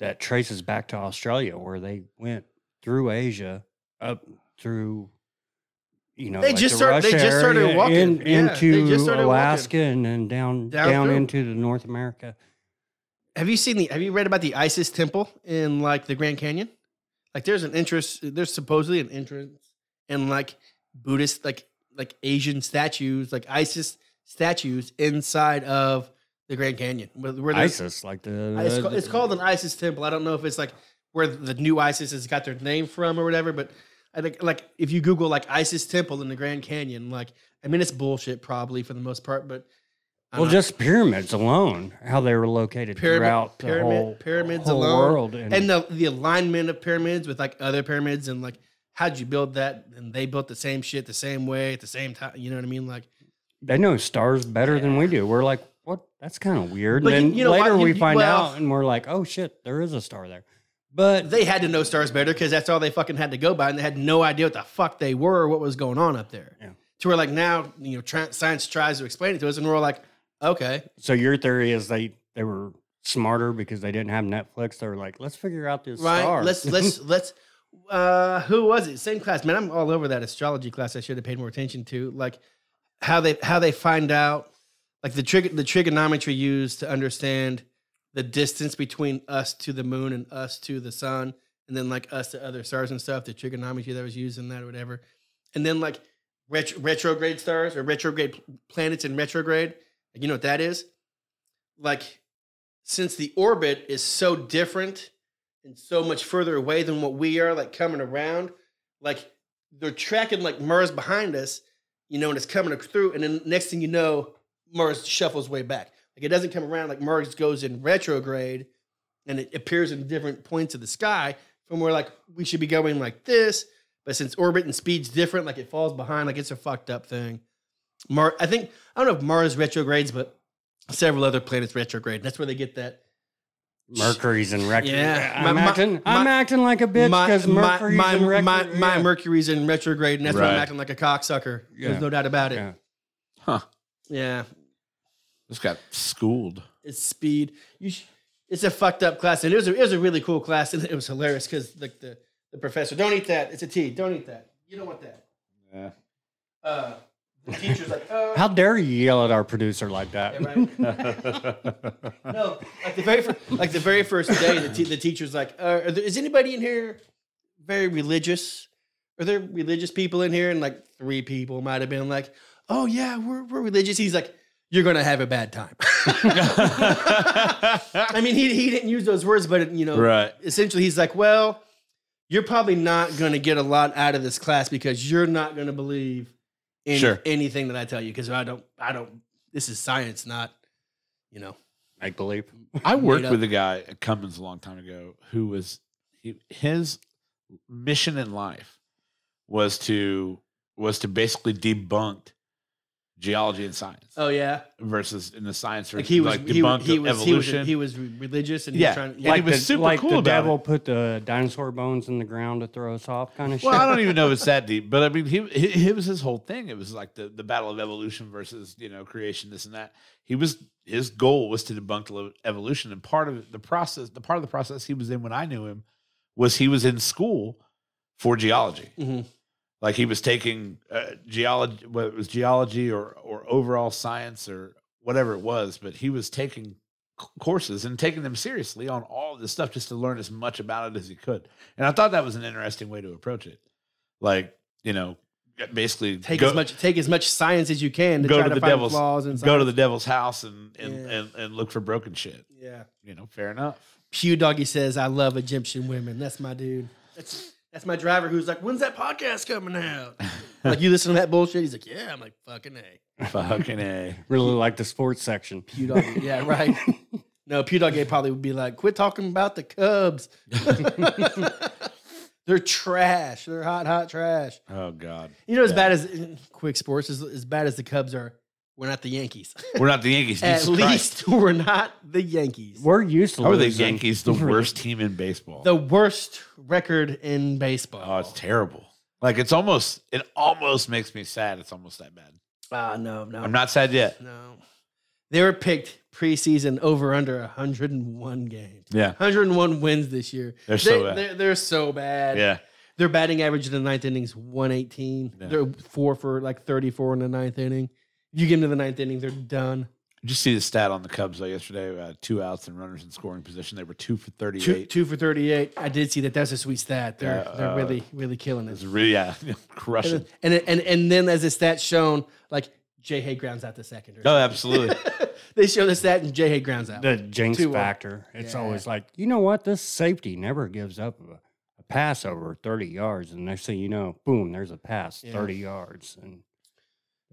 S1: that traces back to Australia, where they went through Asia up through, you know,
S2: They
S1: like
S2: just
S1: the
S2: start- they
S1: Russia
S2: just started
S1: area
S2: walking.
S1: in-
S2: Yeah, they
S1: into
S2: just started walking.
S1: Alaska and then down
S2: Down
S1: down,
S2: through.
S1: into the North America.
S2: Have you seen the? Have you read about the ISIS temple in like the Grand Canyon? Like, there's an interest. There's supposedly an entrance in like Buddhist, like like Asian statues, like ISIS statues inside of the Grand Canyon, where, where there's-
S1: ISIS, like the
S2: I- It's, ca- it's called an ISIS temple. I don't know if it's like where the new ISIS has got their name from or whatever, but I think like if you Google like ISIS temple in the Grand Canyon, like I mean it's bullshit probably for the most part, but I
S1: Well,
S2: don't know.
S1: just pyramids alone, how they were located
S2: uh, Pyramid-
S1: throughout the
S2: pyramid-
S1: whole,
S2: pyramids
S1: whole
S2: alone,
S1: world,
S2: and the the alignment of pyramids with like other pyramids and like how'd you build that and they built the same shit the same way at the same time. You know what I mean? Like
S1: they know stars better than we do. We're like, what? That's kind of weird.
S2: But you-
S1: and then
S2: you know,
S1: later
S2: I- you-
S1: we
S2: you-
S1: find
S2: well-
S1: out, and we're like, oh shit, there is a star there. But
S2: they had to know stars better because that's all they fucking had to go by, and they had no idea what the fuck they were, or what was going on up there.
S1: Yeah.
S2: To where like now, you know, try, science tries to explain it to us, and we're like, okay,
S1: so your theory is they they were smarter because they didn't have Netflix. They were like, let's figure out this
S2: right?
S1: star.
S2: Let's let's let's. Uh, who was it? Same class, man. I'm all over that astrology class. I should have paid more attention to like how they how they find out like the trig the trigonometry used to understand the distance between us to the moon and us to the sun, and then like us to other stars and stuff. The trigonometry that was used in that or whatever, and then like ret- retrograde stars or retrograde pl- planets in retrograde. Like, you know what that is? Like since the orbit is so different and so much further away than what we are, like coming around. Like they're tracking like Mars behind us, you know, and it's coming through. And then next thing you know, Mars shuffles way back. Like it doesn't come around like Mars goes in retrograde and it appears in different points of the sky from where like we should be going like this. But since orbit and speed's different, like it falls behind, like it's a fucked up thing. Mar I think I don't know if Mars retrogrades, but several other planets retrograde. That's where they get that
S1: Mercury's in record.
S2: Yeah.
S1: I'm
S2: My- my-
S1: acting. I'm
S2: my-
S1: acting like a bitch because Mercury's
S2: my,
S1: in record.
S2: my, my
S1: yeah.
S2: Mercury's in retrograde, and that's why I'm
S3: Right.
S2: acting like a cocksucker.
S1: Yeah.
S2: There's no doubt about it.
S1: Yeah.
S2: Yeah.
S3: Huh.
S2: yeah,
S3: Just got schooled.
S2: it's speed. You, sh- it's a fucked up class, and it was a, it was a really cool class, and it was hilarious because like the, the professor, don't eat that. It's a tea. Don't eat that. You don't want that.
S3: Yeah.
S2: Uh, the teacher's like, uh,
S1: How dare you yell at our producer like that?
S2: yeah, right. No, like the very first, like the very first day, the, te- the teacher's like, uh, are there, "Is anybody in here very religious? Are there religious people in here?" And like three people might have been like, "Oh yeah, we're we're religious." He's like, "You're gonna have a bad time." I mean, he he didn't use those words, but it, you know,
S3: right.
S2: essentially he's like, well, you're probably not going to get a lot out of this class because you're not going to believe in
S3: Sure.
S2: anything that I tell you because I don't, I don't. This is science, not you know.
S1: Make believe.
S3: I worked
S2: up.
S3: with a guy at Cummins a long time ago who was he, his mission in life was to was to basically debunk geology and science
S2: Oh yeah,
S3: versus in the science
S2: like he was,
S3: like
S2: he, was-
S3: debunk
S2: he was, he was,
S3: evolution.
S2: he was re- religious and
S3: Yeah,
S2: he was trying.
S3: like-
S2: Yeah,
S3: he was
S1: the,
S3: super
S1: like
S3: cool
S1: the
S3: about
S1: devil put the dinosaur bones in the ground to throw us off, kind of
S3: well,
S1: shit.
S3: I
S2: e
S3: don't even know if it's that deep, but I mean, he, he it was his whole thing. It was like the, the battle of evolution versus you know creation, this and that. He was his goal was to debunk le- evolution, and part of the process, the part of the process he was in when I knew him, was he was in school for geology.
S2: Mhm.
S3: Like he was taking uh, geology, whether it was geology or or overall science or whatever it was, but he was taking c- courses and taking them seriously on all of this stuff just to learn as much about it as he could. And I thought that was an interesting way to approach it. Like, you know, basically
S2: take
S3: go,
S2: as much, take as much science as you can to
S3: go
S2: try
S3: to
S2: to,
S3: the
S2: find
S3: devil's-
S2: flaws and
S3: go to the devil's house and and,
S2: Yeah.
S3: and and look for broken shit.
S2: yeah.
S3: You know, fair enough.
S2: Pew Doggy says, "I love Egyptian women." That's my dude. That's that's my driver who's like, "When's that podcast coming out?" like you listen to that bullshit. He's like, "Yeah." I'm like, "Fucking a."
S3: Fucking A.
S1: really like the sports section.
S2: Pew Doggy, yeah, right. No, Pew Doggy probably would be like, "Quit talking about the Cubs. They're trash. They're hot, hot trash."
S3: Oh God.
S2: You know, as
S3: Yeah.
S2: bad as quick sports, as, as bad as the Cubs are, we're not the Yankees.
S3: We're not the Yankees.
S2: At
S3: Jesus Christ.
S2: least we're not the Yankees.
S1: We're used to
S3: How are the
S1: losing.
S3: Yankees the worst team in baseball?
S2: the worst record in baseball.
S3: Oh, it's terrible. Like it's almost it almost makes me sad. It's almost that bad.
S2: Ah, no, no.
S3: I'm not sad yet.
S2: No. They were picked preseason over under 101 games.
S3: Yeah.
S2: 101 wins this year.
S3: They're so
S2: They-
S3: bad.
S2: They're, they're so bad.
S3: Yeah.
S2: Their batting average in the ninth innings 118.
S3: Yeah.
S2: They're four for like 34 in the ninth inning. You get into the ninth inning, they're done.
S3: Did you see the stat on the Cubs though yesterday? Uh, two outs and runners in scoring position. They were two for
S2: Two,
S3: thirty-eight.
S2: two for 38. I did see that. That's a sweet stat. They're
S3: Yeah,
S2: they're
S3: uh,
S2: really really killing
S3: It's
S2: it.
S3: really yeah, crushing.
S2: And, and and and then as the stat shown, like Jay Hay grounds out the second. or
S3: No, Oh, absolutely.
S2: something. they show the stat and Jay Hay grounds out.
S1: The jinx
S2: Two-one.
S1: factor. It's
S2: Yeah.
S1: always like, you know what? This safety never gives up a, a pass over 30 yards. And next thing you know, boom, there's a pass
S2: Yeah.
S1: 30 yards. And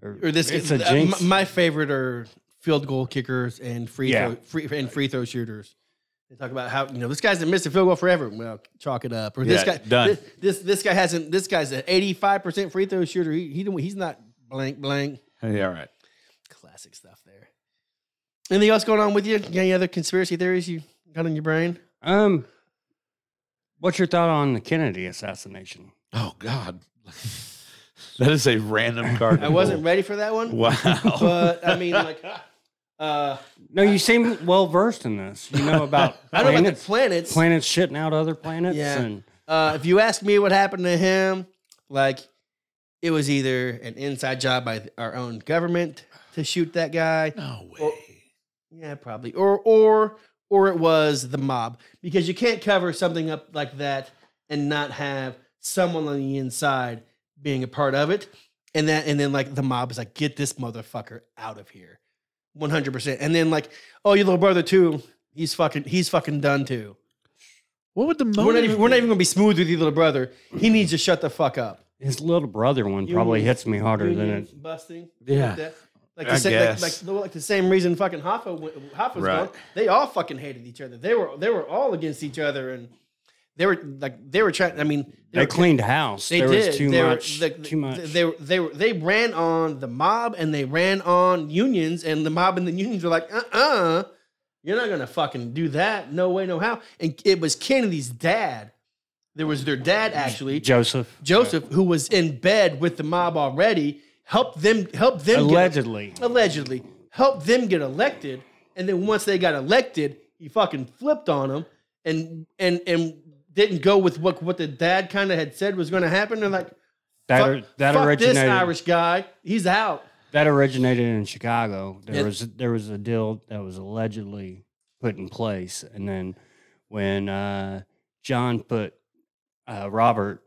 S1: or,
S2: or this
S1: it's a
S2: uh,
S1: jinx.
S2: My, my favorite are field goal kickers and free
S1: Yeah.
S2: throw, free and free throw shooters. They talk about how you know this guy's been missing field goal forever. Well, chalk it up. Or this
S3: Yeah,
S2: guy,
S3: done.
S2: This, this this guy hasn't. This guy's an eighty five percent free throw shooter. He, he don't- he's not blank blank.
S3: yeah, all right.
S2: Classic stuff there. Anything else going on with you? Any other conspiracy theories you got in your brain?
S1: um, what's your thought on the Kennedy assassination?
S3: Oh God, that is a random card. Oh,
S2: I wasn't ready for that one,
S3: Wow.
S2: but I mean, like, uh,
S1: No, you seem well versed in this. You know about
S2: I don't know about the
S1: planets,
S2: planets.
S1: planets shitting out other planets.
S2: Yeah.
S1: And
S2: Uh, if you ask me what happened to him, like it was either an inside job by th- our own government to shoot that guy,
S3: no way.
S2: Well, yeah, probably, or or or it was the mob because you can't cover something up like that and not have someone on the inside being a part of it, and that and then like the mob is like, get this motherfucker out of here, one hundred percent, and then like, oh, your little brother too, he's fucking he's fucking done too.
S3: What would the motive?
S2: We're not even we're not
S3: be?
S2: even gonna be smooth with your little brother. He needs to shut the fuck up.
S1: His little brother one
S2: You-
S1: probably hits me harder than
S2: Union
S1: it.
S2: busting.
S3: Yeah.
S2: Like, that. like,
S3: I
S2: the, same, like, like,
S3: guess.
S2: like the same reason fucking Hoffa went, Hoffa's
S3: Right.
S2: gone. They all fucking hated each other. They were they were all against each other and they were like they were trying. I mean,
S1: They
S2: were-
S1: cleaned house.
S2: They
S1: there
S2: did.
S1: was too
S2: they
S1: much.
S2: Were, the-
S1: too much.
S2: They were, they were, they ran on the mob and they ran on unions and the mob and the unions were like, uh uh-uh, uh, you are not gonna fucking do that. No way, no how. And it was Kennedy's dad. There was their dad actually,
S1: Joseph
S2: Joseph, who was in bed with the mob already. Helped them. Helped them. Get,
S1: allegedly.
S2: allegedly helped them get elected, and then once they got elected, he fucking flipped on them and and and didn't go with what what the dad kind of had said was going to happen. They're like,
S1: that
S2: fuck,
S1: that
S2: fuck
S1: originated
S2: this Irish guy, he's out.
S1: that originated in Chicago. There
S2: Yeah.
S1: was there was a deal that was allegedly put in place, and then when uh, John put uh, Robert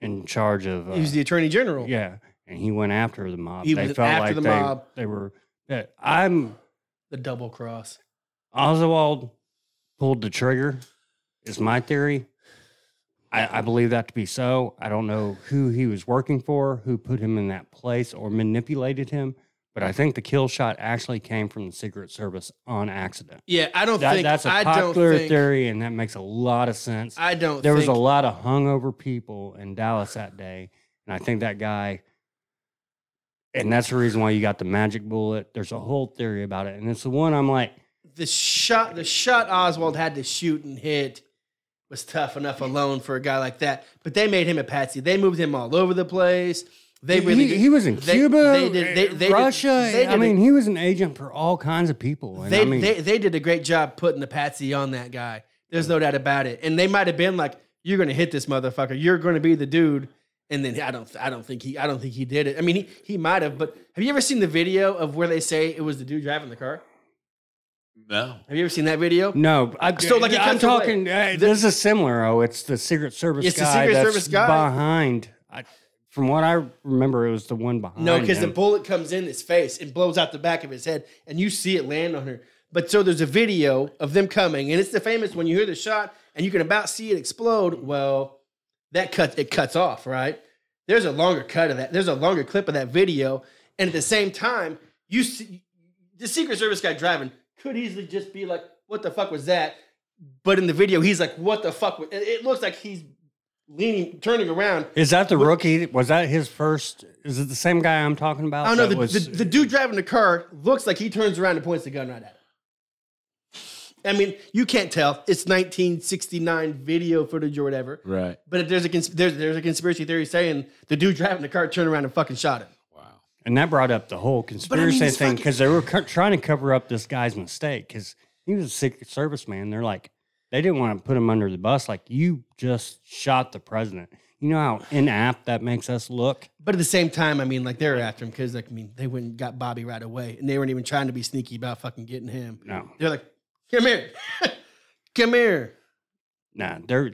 S1: in charge of, uh,
S2: He was the attorney general.
S1: yeah, and he went after the mob.
S2: He
S1: they
S2: was
S1: felt
S2: after
S1: like
S2: the
S1: they,
S2: mob.
S1: they were. yeah, I'm
S2: The double cross.
S1: Oswald pulled the trigger. Is my theory. I, I believe that to be so. I don't know who he was working for, who put him in that place, or manipulated him. But I think the kill shot actually came from the Secret Service on accident.
S2: Yeah, I don't
S1: That,
S2: think
S1: that's a
S2: I don't
S1: popular
S2: think
S1: theory, and that makes a lot of sense.
S2: I don't.
S1: there was
S2: think,
S1: a lot of hungover people in Dallas that day, and I think that guy. And that's the reason why you got the magic bullet. There's a whole theory about it, and it's the one I'm like,
S2: the shot the shot Oswald had to shoot and hit was tough enough alone for a guy like that. But they made him a patsy. They moved him all over the place. They really
S1: he,
S2: did-
S1: he was in
S2: they-
S1: Cuba,
S2: they did- they-
S1: eh,
S2: they did-
S1: Russia.
S2: they
S1: I
S2: did
S1: mean,
S2: a-
S1: he was an agent for all kinds of people. And
S2: they,
S1: I mean,
S2: they they did a great job putting the patsy on that guy. There's no doubt about it. And they might have been like, "You're gonna hit this motherfucker. You're gonna be the dude." And then I don't I don't think he I don't think he did it. I mean, he he might have. But have you ever seen the video of where they say it was the dude driving the car?
S3: No.
S2: Have you ever seen that video?
S1: no, I,
S2: So, like, it
S1: I'm
S2: cuts away.
S1: talking. eh, this is similar. Oh, it's the Secret Service
S2: It's the
S1: guy
S2: Secret
S1: that's
S2: Service guy.
S1: behind. I, from what I remember, it was the one behind.
S2: No, because the
S1: him.
S2: bullet comes in his face and blows out the back of his head, and you see it land on her. But so there's a video of them coming, and it's the famous when you hear the shot and you can about see it explode. Well, that cuts it cuts off, right? There's a longer cut of that. There's a longer clip of that video, and at the same time, you see the Secret Service guy driving could easily just be like, "What the fuck was that?" But in the video, he's like, "What the fuck?" wa- It it looks like he's leaning, turning around,
S1: is that the rookie? Was that his first? Is it the same guy I'm talking about?
S2: I don't know.
S1: that
S2: Oh, The,
S1: was-
S2: the, the dude driving the car looks like he turns around and points the gun right at it. I mean, you can't tell. It's 1969 video footage or whatever.
S3: Right.
S2: But if there's a cons- there's, there's a conspiracy theory saying the dude driving the car turned around and fucking shot him.
S3: Wow.
S1: and that brought up the whole conspiracy
S2: it's
S1: thing
S2: fucking-
S1: because they were co- trying to cover up this guy's mistake because he was a Secret Service man. They're like, they didn't want to put him under the bus. Like, you just shot the president. You know how inapt that makes us look?
S2: But at the same time, I mean, like they were after him because, like, I mean, they went and got Bobby right away, and they weren't even trying to be sneaky about fucking getting him.
S1: No,
S2: They're like, "Come here, come here."
S1: nah. They're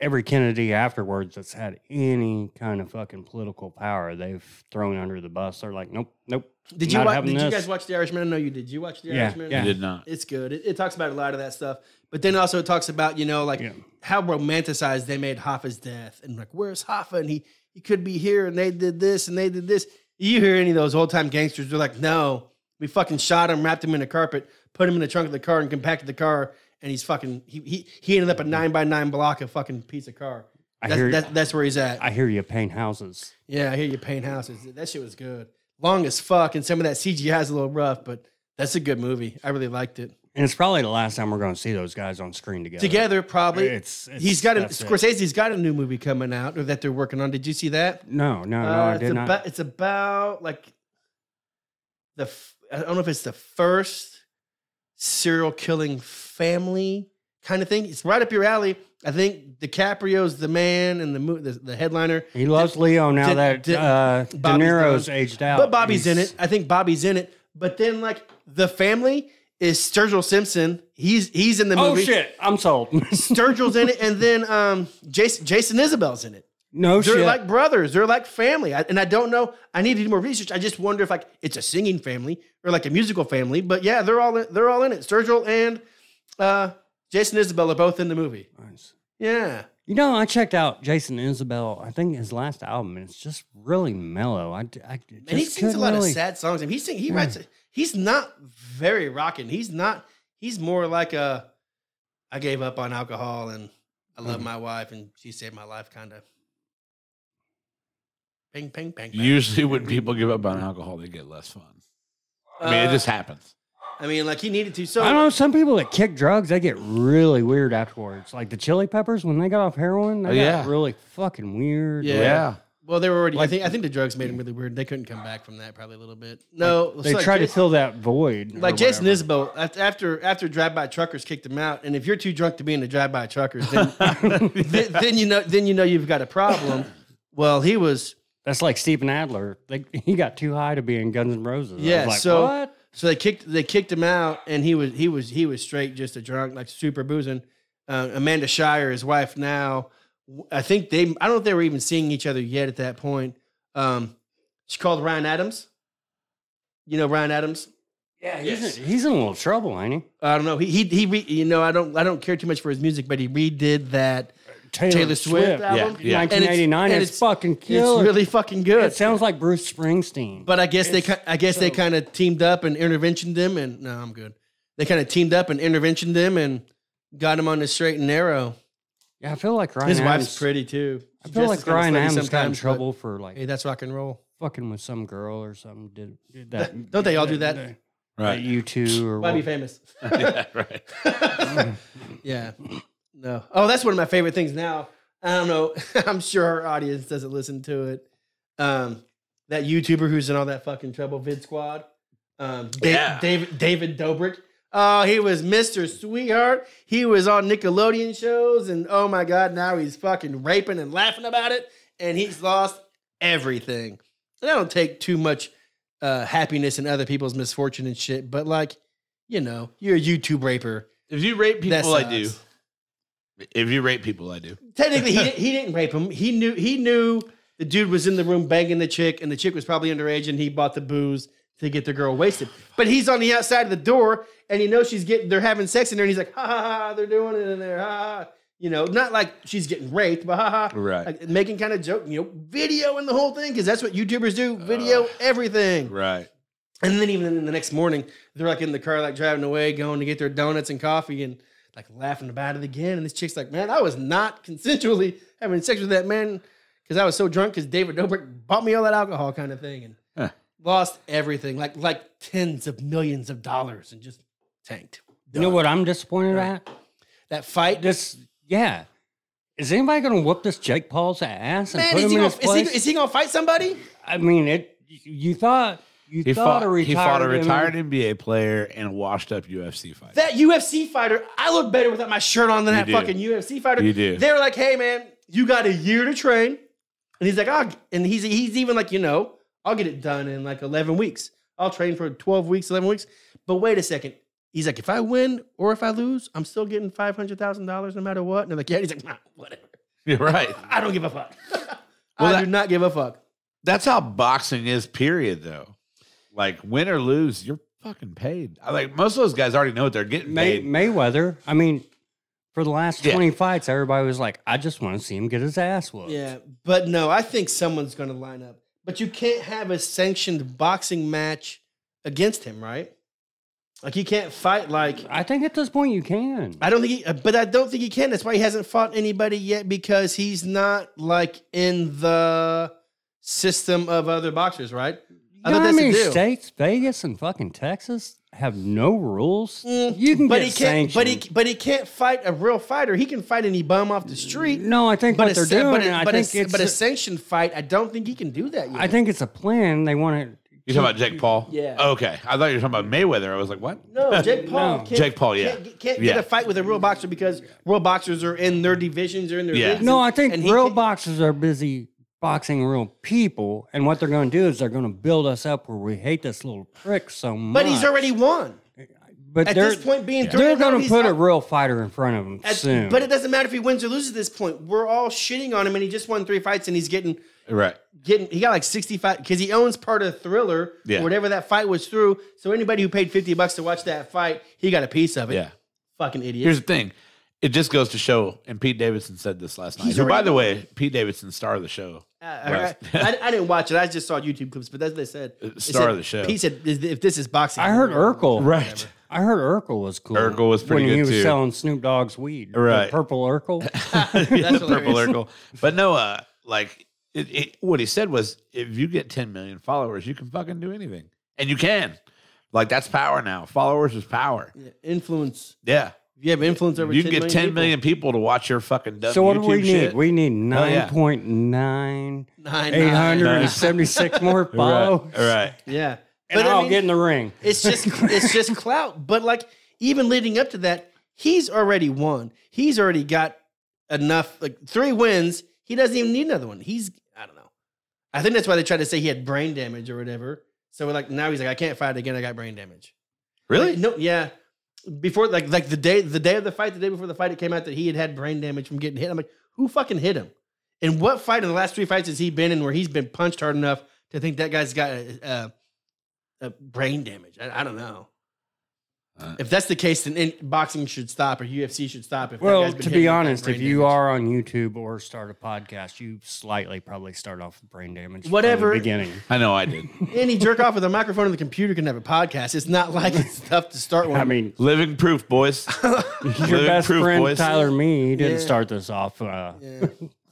S1: every Kennedy afterwards that's had any kind of fucking political power, they've thrown under the bus. They're like, nope, nope.
S2: Did you
S1: Not
S2: watch?
S1: having
S2: Did you
S1: this.
S2: guys watch The Irishman? I know you did. You watch The
S1: Yeah,
S2: Irishman?
S1: yeah.
S3: You did not.
S2: It's good. It, it talks about a lot of that stuff, but then also it talks about you know like
S1: Yeah.
S2: how romanticized they made Hoffa's death and like where's Hoffa and he he could be here and they did this and they did this. You hear any of those old time gangsters? They're like, no, we fucking shot him, wrapped him in a carpet, put him in the trunk of the car, and compacted the car, and he's fucking he he, he ended up a nine by nine block of fucking piece of car.
S1: I
S2: That's,
S1: hear,
S2: that's, that's where he's at.
S1: I hear you paint houses.
S2: yeah, I hear you paint houses. That shit was good, long as fuck, and some of that CGI is a little rough, but that's a good movie. I really liked it.
S1: And it's probably the last time we're going to see those guys on screen together.
S2: Together, probably.
S1: It's, it's
S2: he's got a
S1: that's it.
S2: Scorsese's got a new movie coming out or that they're working on. Did you see that?
S1: No, no, no,
S2: Uh,
S1: I
S2: it's
S1: did not.
S2: about it's about like the f- I don't know if it's the first serial killing family kind of thing. It's right up your alley. I think DiCaprio's the man and the mo- the, the headliner,
S1: He loves Leo now
S2: Did-
S1: that
S2: did-
S1: uh, De
S2: Bobby's
S1: Niro's
S2: done.
S1: aged out.
S2: but Bobby's in
S1: Oh, He's-
S2: it. I think Bobby's in it. But then like the family is Sturgill Simpson. He's he's in the
S1: Oh
S2: movie.
S1: shit! I'm sold.
S2: Sturgill's in it, and then um Jason Jason Isabel's in it.
S1: no
S2: they're
S1: shit.
S2: like brothers. They're like family. I, and I don't know. I need to do more research. I just wonder if like it's a singing family or like a musical family. But yeah, they're all they're all in it. Sturgill and uh, Jason Isabel are both in the movie.
S1: Nice.
S2: Yeah.
S1: You know, I checked out Jason Isabel. I think his last album, and it's just really mellow. I, d- I d- just
S2: And he sings a
S1: couldn't
S2: lot
S1: really,
S2: of sad songs. And he sing, he
S1: Yeah.
S2: writes. He's not very rocking. He's not. He's more like a. I gave up on alcohol and I love
S1: Mhm.
S2: my wife and she saved my life. Kind of. Ping, ping, ping. bang.
S3: Usually, when people give up on alcohol, they get less fun. I mean,
S2: Uh,
S3: it just happens.
S2: I mean, like he needed to. So
S1: I don't know. Some people that kick drugs, they get really weird afterwards. Like the Chili Peppers, when they got off heroin, they
S3: Yeah.
S1: got really fucking weird.
S2: Yeah. Well, they were already. I think. I think the drugs made him really weird. They couldn't come back from that probably a little bit. No,
S1: They
S2: so
S1: try to
S2: Jason-
S1: fill that void. or
S2: Like Jason
S1: whatever.
S2: Isbell, after after, after drive by truckers kicked him out, and if you're too drunk to be in the drive by truckers, then, then then you know then you know you've got a problem. Well, he was
S1: That's like Steven Adler. They, he got too high to be in Guns N' Roses. I
S2: Yeah,
S1: was like,
S2: so-
S1: what?
S2: so they kicked they kicked him out, and he was he was he was straight just a drunk like super boozing. Uh, Amanda Shire, his wife now, w- I think they I don't know if they were even seeing each other yet at that point. Um, she called Ryan Adams. You know Ryan Adams.
S1: Yeah, he's,
S2: he's
S1: in, he's in a little trouble, ain't he?
S2: I don't know. He he he. Re, you know, I don't I don't care too much for his music, but he redid that
S1: Taylor,
S2: Swift album?
S3: Yeah, yeah.
S2: And it's-
S1: 1989.
S2: and
S1: it's,
S2: it's-
S1: fucking
S2: It's
S1: killer.
S2: really fucking good.
S1: it sounds like Bruce Springsteen.
S2: but I guess they
S1: it's
S2: ki- I guess they
S1: so-
S2: kind of teamed up and interventioned him and no, I'm good. They kind of teamed up and interventioned him and got him on the straight and narrow.
S1: yeah, I feel like Ryan.
S2: His
S1: Adams,
S2: wife's pretty too.
S1: I
S2: She
S1: feel
S2: dresses
S1: like
S2: kinda
S1: Ryan
S2: slutty
S1: Adams got in
S2: sometimes, but,
S1: trouble for like
S2: Hey, that's rock and roll.
S1: fucking with some girl or something. Did, did that?
S2: Don't they all do that?
S1: Right.
S3: right.
S1: You two or
S2: Why be
S1: what?
S2: famous?
S3: yeah, right.
S2: yeah. No. Oh, that's one of my favorite things now. I don't know. I'm sure our audience doesn't listen to it. Um, that YouTuber who's in all that fucking trouble, Vid Squad. Um, Da-
S3: Yeah.
S2: David David Dobrik. Oh, he was Mr. Sweetheart. He was on Nickelodeon shows, and oh my god, now he's fucking raping and laughing about it, and he's lost everything. And I don't take too much uh, happiness in other people's misfortune and shit, but like, you know, you're a YouTube raper.
S3: If you rate
S2: That
S3: people, I do.
S2: sucks.
S3: If you rate people, I do.
S2: Technically, he, didn't- he didn't rape him. He knew he knew the dude was in the room banging the chick, and the chick was probably underage, and he bought the booze to get the girl wasted. But he's on the outside of the door, and he knows she's getting they're having sex in there, and he's like, ha ha ha, they're doing it in there, ha ha. You know, not like she's getting raped, but ha ha.
S3: Right.
S2: Like, making kind of joke, you know, video and the whole thing, because that's what YouTubers do, video everything.
S3: Right.
S2: And then even in the next morning, they're like in the car, like driving away, going to get their donuts and coffee and like laughing about it again. And this chick's like, man, I was not consensually having sex with that man because I was so drunk because David Dobrik bought me all that alcohol kind of thing and
S3: Huh.
S2: lost everything, like like tens of millions of dollars and just tanked.
S1: You know what I'm disappointed
S2: Right.
S1: at?
S2: That fight.
S1: This, yeah. Is anybody going to whoop this Jake Paul's ass and
S2: Man,
S1: put
S2: is
S1: him
S2: he,
S1: in
S2: gonna,
S1: his
S2: is, he,
S1: place?
S2: is he gonna fight somebody?
S1: I mean, it. You thought you
S3: He
S1: thought
S3: fought,
S1: a retired
S3: he fought a retired
S1: MMA
S3: NBA player and a washed up UFC fighter.
S2: That UFC fighter, I look better without my shirt on than
S3: You
S2: that
S3: do.
S2: fucking UFC fighter.
S3: You do.
S2: They were like, "Hey, man, you got a year to train," and he's like, "Ah," and he's he's even like, you know, I'll get it done in like eleven weeks. I'll train for twelve weeks, eleven weeks. But wait a second. He's like, if I win or if I lose, I'm still getting five hundred thousand dollars no matter what. And they're like, yeah. He's like, nah, whatever.
S3: You're right.
S2: I don't give a fuck.
S3: Well,
S2: I
S3: that-
S2: do not give a fuck.
S3: That's how boxing is, period, though. Like, win or lose, you're fucking paid. I like most of those guys already know what they're getting
S1: May-
S3: paid.
S1: Mayweather. I mean, for the last
S3: Yeah.
S1: 20 fights, everybody was like, I just want to see him get his ass whooped.
S2: Yeah, but no, I think someone's going to line up. But you can't have a sanctioned boxing match against him, right? Like he can't fight like
S1: I think at this point you can.
S2: I don't think he, but I don't think he can. That's why he hasn't fought anybody yet because he's not like in the system of other boxers, right?
S1: You know how
S2: thought that's a
S1: many
S2: deal.
S1: states, Vegas and fucking Texas, have no rules?
S2: Mm,
S1: you can
S2: But
S1: get
S2: he can't. But he
S1: sanctioned.
S2: but he can't fight a real fighter. He can fight any bum off the street.
S1: No, I think
S2: but
S1: what they're
S2: a, sa-
S1: doing,
S2: but, a,
S1: I
S2: but,
S1: think
S2: a,
S1: it's,
S2: but a sanctioned fight, I don't think he can do that yet.
S1: I think it's a plan. They want to.
S3: You talking about Jake Paul?
S2: Yeah.
S3: Okay. I thought you were talking about Mayweather. I was like, what?
S2: No, Jake Paul.
S1: No.
S2: Can't,
S3: Jake Paul, yeah.
S2: can't, get- can't get
S3: Yeah.
S2: a fight with a real boxer because real boxers are in their divisions or in their
S3: Yeah.
S2: leagues,
S1: No,
S2: and-
S1: I think
S2: and he
S1: real
S2: can't-
S1: boxers are busy boxing real people, and what they're going to do is they're going to build us up where we hate this little prick so much.
S2: But he's already won.
S1: But
S2: At
S1: they're,
S2: this point, being
S1: they're
S2: Dorado,
S1: going to
S2: he's
S1: put a
S2: not-
S1: real fighter in front of him
S2: at-
S1: soon.
S2: But it doesn't matter if he wins or loses at this point. We're all shitting on him, and he just won three fights, and he's getting
S3: Right.
S2: getting he got like 65 because he owns part of Thriller
S3: Yeah.
S2: or whatever that fight was through. So anybody who paid 50 bucks to watch that fight, he got a piece of it.
S3: Yeah.
S2: Fucking idiot.
S3: Here's the thing It just goes to show, and Pete Davidson said this last night.
S2: He's
S3: Who, by
S2: already-
S3: the way, Pete Davidson, star of the show,
S2: I,
S3: Right.
S2: I, I, I didn't watch it. I just saw YouTube clips, but that's what they said.
S3: Uh,
S2: They
S3: star
S2: said-
S3: of the show.
S2: He said, "If this is boxing,
S1: I heard
S2: don't know."
S1: Urkel.
S3: Right.
S1: I heard Urkel was cool.
S3: Urkel was pretty
S1: when he
S3: good,
S1: was
S3: too.
S1: selling Snoop Dogg's weed. The
S3: Right.
S1: purple Urkel.
S3: the purple
S2: hilarious.
S3: Urkel. But no, uh, like it, it, what he said was, if you get 10 million followers, you can fucking do anything, and you can. Like that's power now. Followers is power.
S2: Yeah, influence.
S3: Yeah,
S2: If you have influence over,
S3: you
S2: 10
S3: can get 10 million people. to watch your fucking dumb
S1: so what do
S3: YouTube
S1: we
S3: shit.
S1: need? We need
S3: Hell yeah.
S1: nine point nine
S2: people- Nine, nine.
S1: eight hundred and seventy six more
S3: right,
S1: follow.
S3: right.
S2: Yeah,
S1: And
S2: but I
S1: I'll
S2: mean,
S1: get in the ring.
S2: it's just it's just clout. But like even leading up to that, he's already won. He's already got enough like three wins. He doesn't even need another one. He's I don't know. I think that's why they tried to say he had brain damage or whatever. So we're like now he's like I can't fight again. I got brain damage.
S3: Really?
S2: No, yeah. Before like like the day the day of the fight, the day before the fight, it came out that he had had brain damage from getting hit. I'm like, who fucking hit him? And what fight in the last three fights has he been in where he's been punched hard enough to think that guy's got a, a, a brain damage? I, I don't know.
S3: Uh.
S2: if that's the case, then in, boxing should stop or UFC should stop. If that
S1: Well,
S2: guy's been
S1: to
S2: hit
S1: be
S2: with
S1: honest,
S2: brain
S1: if you
S2: damage.
S1: are on YouTube or start a podcast, you slightly probably start off with brain damage. from the
S2: Whatever.
S1: beginning.
S3: I know I did.
S2: any jerk off with a microphone and the computer can have a podcast, it's not like it's tough to start one.
S1: I mean,
S3: Living proof, boys.
S1: your best
S3: proof,
S1: friend
S3: boys.
S1: Tyler Me he didn't
S2: Yeah.
S1: start this off. Uh,
S2: Yeah.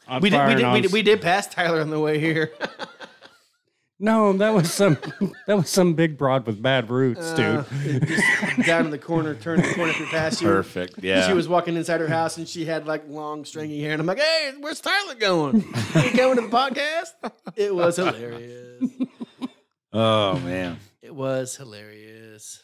S1: on
S2: we did,
S1: fire
S2: we
S1: and
S2: did,
S1: on
S2: we did, we did pass Tyler on the way here.
S1: No, that was some that was some big broad with bad roots, dude.
S2: Uh, just down in the corner, turned the corner through past you.
S3: Perfect. Yeah.
S2: She was walking inside her house and she had like long stringy hair, and I'm like, "Hey, where's Tyler going? He going to the podcast?" It was hilarious.
S3: oh man.
S2: It was hilarious.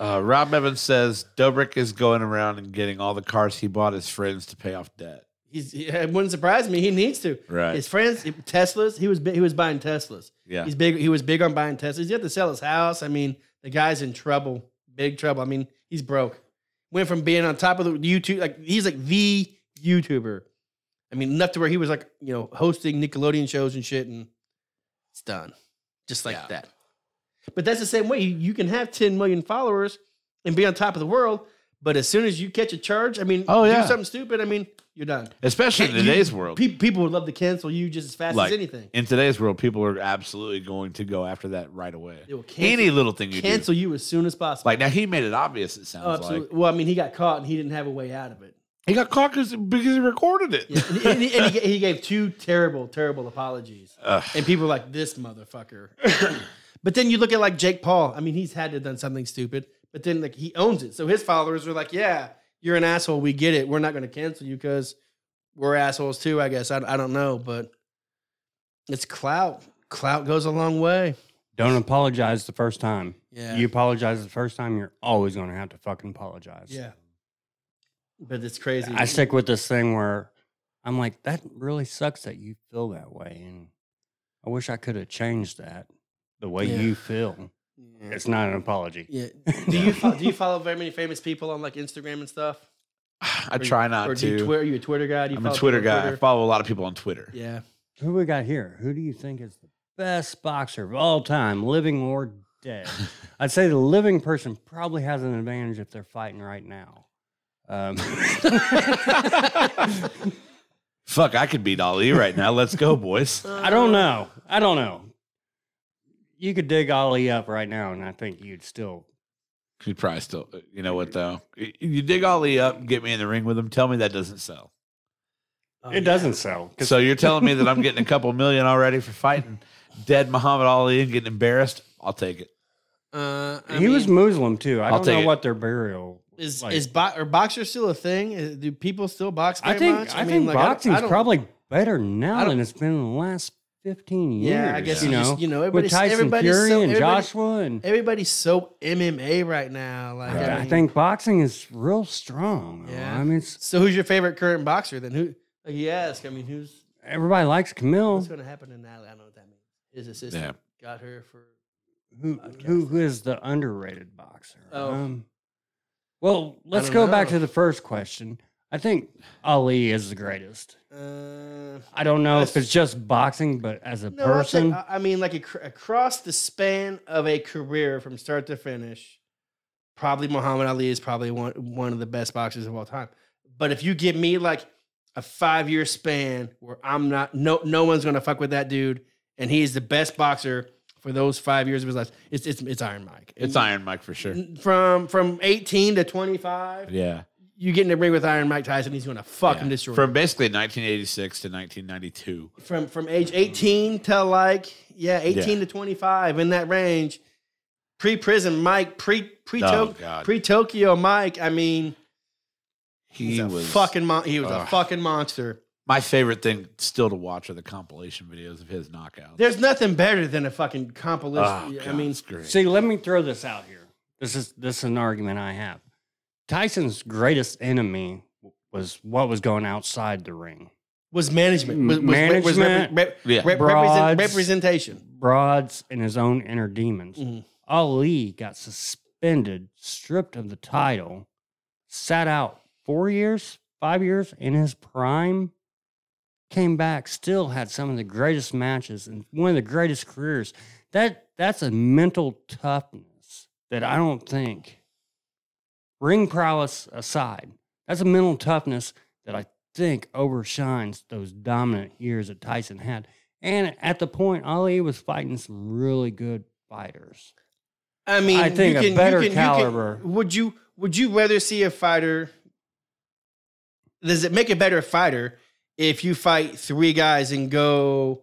S3: Uh, Rob Evans says Dobrik is going around and getting all the cars he bought his friends to pay off debt.
S2: He's, it wouldn't surprise me. He needs to.
S3: Right.
S2: His friends, Teslas. He was bi- he was buying Teslas.
S3: Yeah.
S2: He's big. He was big on buying Teslas. He had to sell his house. I mean, the guy's in trouble, big trouble. I mean, he's broke. Went from being on top of the YouTube, like he's like the YouTuber. I mean, enough to where he was like, you know, hosting Nickelodeon shows and shit, and it's done, just like
S3: Yeah.
S2: that. But that's the same way. You you can have 10 million followers and be on top of the world, but as soon as you catch a charge, I mean,
S3: Oh, yeah.
S2: do something stupid. I mean, you're done.
S3: Especially in
S2: You-
S3: today's world.
S2: Pe- people would love to cancel you just as fast
S3: Like-
S2: as anything.
S3: in today's world, people are absolutely going to go after that right away.
S2: They will cancel
S3: Any little thing you do.
S2: cancel you as soon as possible.
S3: Like now, he made it obvious. It sounds
S2: oh,
S3: like
S2: absolutely. well, I mean, he got caught and he didn't have a way out of it.
S3: he got caught 'cause- because he recorded it.
S2: Yeah. And, and he, and he, he gave two terrible, terrible apologies,
S3: Ugh.
S2: and people were like, "This motherfucker." but then you look at like Jake Paul. I mean, he's had to have done something stupid, but then like he owns it, so his followers are like, "Yeah, you're an asshole. We get it. We're not going to cancel you because we're assholes too." I guess I, I don't know, but it's clout. Clout goes a long way.
S1: Don't apologize the first time.
S2: Yeah.
S1: You apologize the first time, you're always going to have to fucking apologize.
S2: Yeah. But it's crazy.
S1: I stick with this thing where I'm like, that really sucks that you feel that way. And I wish I could have changed that the way
S2: Yeah.
S1: you feel.
S2: Yeah.
S1: It's not an apology.
S2: Yeah. Do you fo- do you follow very many famous people on like Instagram and stuff?
S3: I
S2: Or-
S3: try not
S2: or Do
S3: to.
S2: you twi- are you a Twitter guy? Do you
S3: I'm a
S2: follow
S3: Twitter
S2: people on
S3: guy. I follow a lot of people on Twitter.
S2: Yeah.
S1: Who we got here? Who do you think is the best boxer of all time, living or dead? I'd say the living person probably has an advantage if they're fighting right now. Um,
S3: Fuck, I could beat Ali right now. Let's go, boys.
S1: I don't know. I don't know. You could dig Ollie up right now, and I think you'd still.
S3: He'd probably still. You know what though? Y- You dig Ali up, get me in the ring with him. Tell me that doesn't sell.
S2: Oh,
S1: it
S2: yeah.
S1: doesn't sell. 'cause
S3: So you're telling me that I'm getting a couple million already for fighting dead Muhammad Ali and getting embarrassed? I'll take it.
S2: Uh, I
S1: he was
S2: mean,
S1: Muslim too. I
S3: I'll
S1: don't
S3: take
S1: know
S3: it.
S1: what their burial
S2: Is
S1: like-
S2: is bo- are boxers still a thing? Is- do people still box?
S1: I
S2: very
S1: think
S2: much?
S1: I, think
S2: like, don't-
S1: boxing's
S2: don't-
S1: probably better now
S2: don't-
S1: than it's been in the last fifteen years.
S2: Yeah, I guess
S1: you know,
S2: just, you know
S1: with
S2: everybody's
S1: Tyson
S2: everybody's
S1: Fury
S2: so,
S1: and
S2: everybody-
S1: Joshua, and
S2: Everybody's so MMA right now. Like
S3: Right.
S2: I,
S1: I
S2: mean-
S1: think boxing is real strong.
S2: Yeah.
S1: Yeah. I mean, it's,
S2: So who's your favorite current boxer then? Who like you ask? I mean, who's
S1: everybody likes
S2: what's
S1: Camille.
S2: going to happen to Natalie? I don't know what that means. His assistant
S3: Yeah.
S2: got her for
S1: Who who who is the underrated boxer?
S2: Oh.
S1: Um, well, let's go
S2: don't
S1: back
S2: know.
S1: to the first question. I think Ali is the greatest.
S2: uh,
S1: I don't know if
S2: That's-
S1: it's just boxing, but as a
S2: No, I'll say- uh,
S1: person,
S2: I I mean, like ac- across the span of a career from start to finish, probably Muhammad Ali is probably one one of the best boxers of all time. But if you give me like a five year span where I'm not no no one's gonna fuck with that dude, and he's the best boxer for those five years of his life, it's it's it's Iron Mike.
S3: It's Iron Mike for sure.
S2: From from 18 to 25,
S3: Yeah.
S2: you get in the ring with Iron Mike Tyson, he's gonna fucking
S3: Yeah.
S2: destroy
S3: From basically 1986 to 1992.
S2: from from age 18 to like yeah 18 to 25 in that range pre-prison mike pre pre
S3: Oh,
S2: Tok
S3: God.
S2: pre tokyo mike i mean he's
S3: He
S2: a
S3: was
S2: fucking mon- he was a
S3: ugh.
S2: fucking monster
S3: my favorite thing still to watch are the compilation videos of his knockouts.
S2: there's nothing better than a fucking compilation i
S3: Oh, God,
S2: mean
S3: it's great.
S1: See, let me throw this out here. This is this is an argument I have. Tyson's greatest enemy w- was what was going outside the ring.
S2: was management was, was, was repre-
S1: Management,
S2: rep-
S3: yeah.
S2: rep- represent-
S1: broads.
S2: representation
S1: Broads and his own inner demons.
S2: Mhm.
S1: Ali got suspended, stripped of the title, sat out four years, five years in his prime, came back, still had some of the greatest matches and one of the greatest careers. That that's a mental toughness that I don't think ring prowess aside, that's a mental toughness that I think overshines those dominant years that Tyson had. And at the point, Ali was fighting some really good fighters.
S2: I mean,
S1: I think
S2: you
S1: a
S2: can, you
S1: better
S2: can- you can-
S1: caliber.
S2: would you Would you rather see a fighter? Does it make a better fighter if you fight three guys and go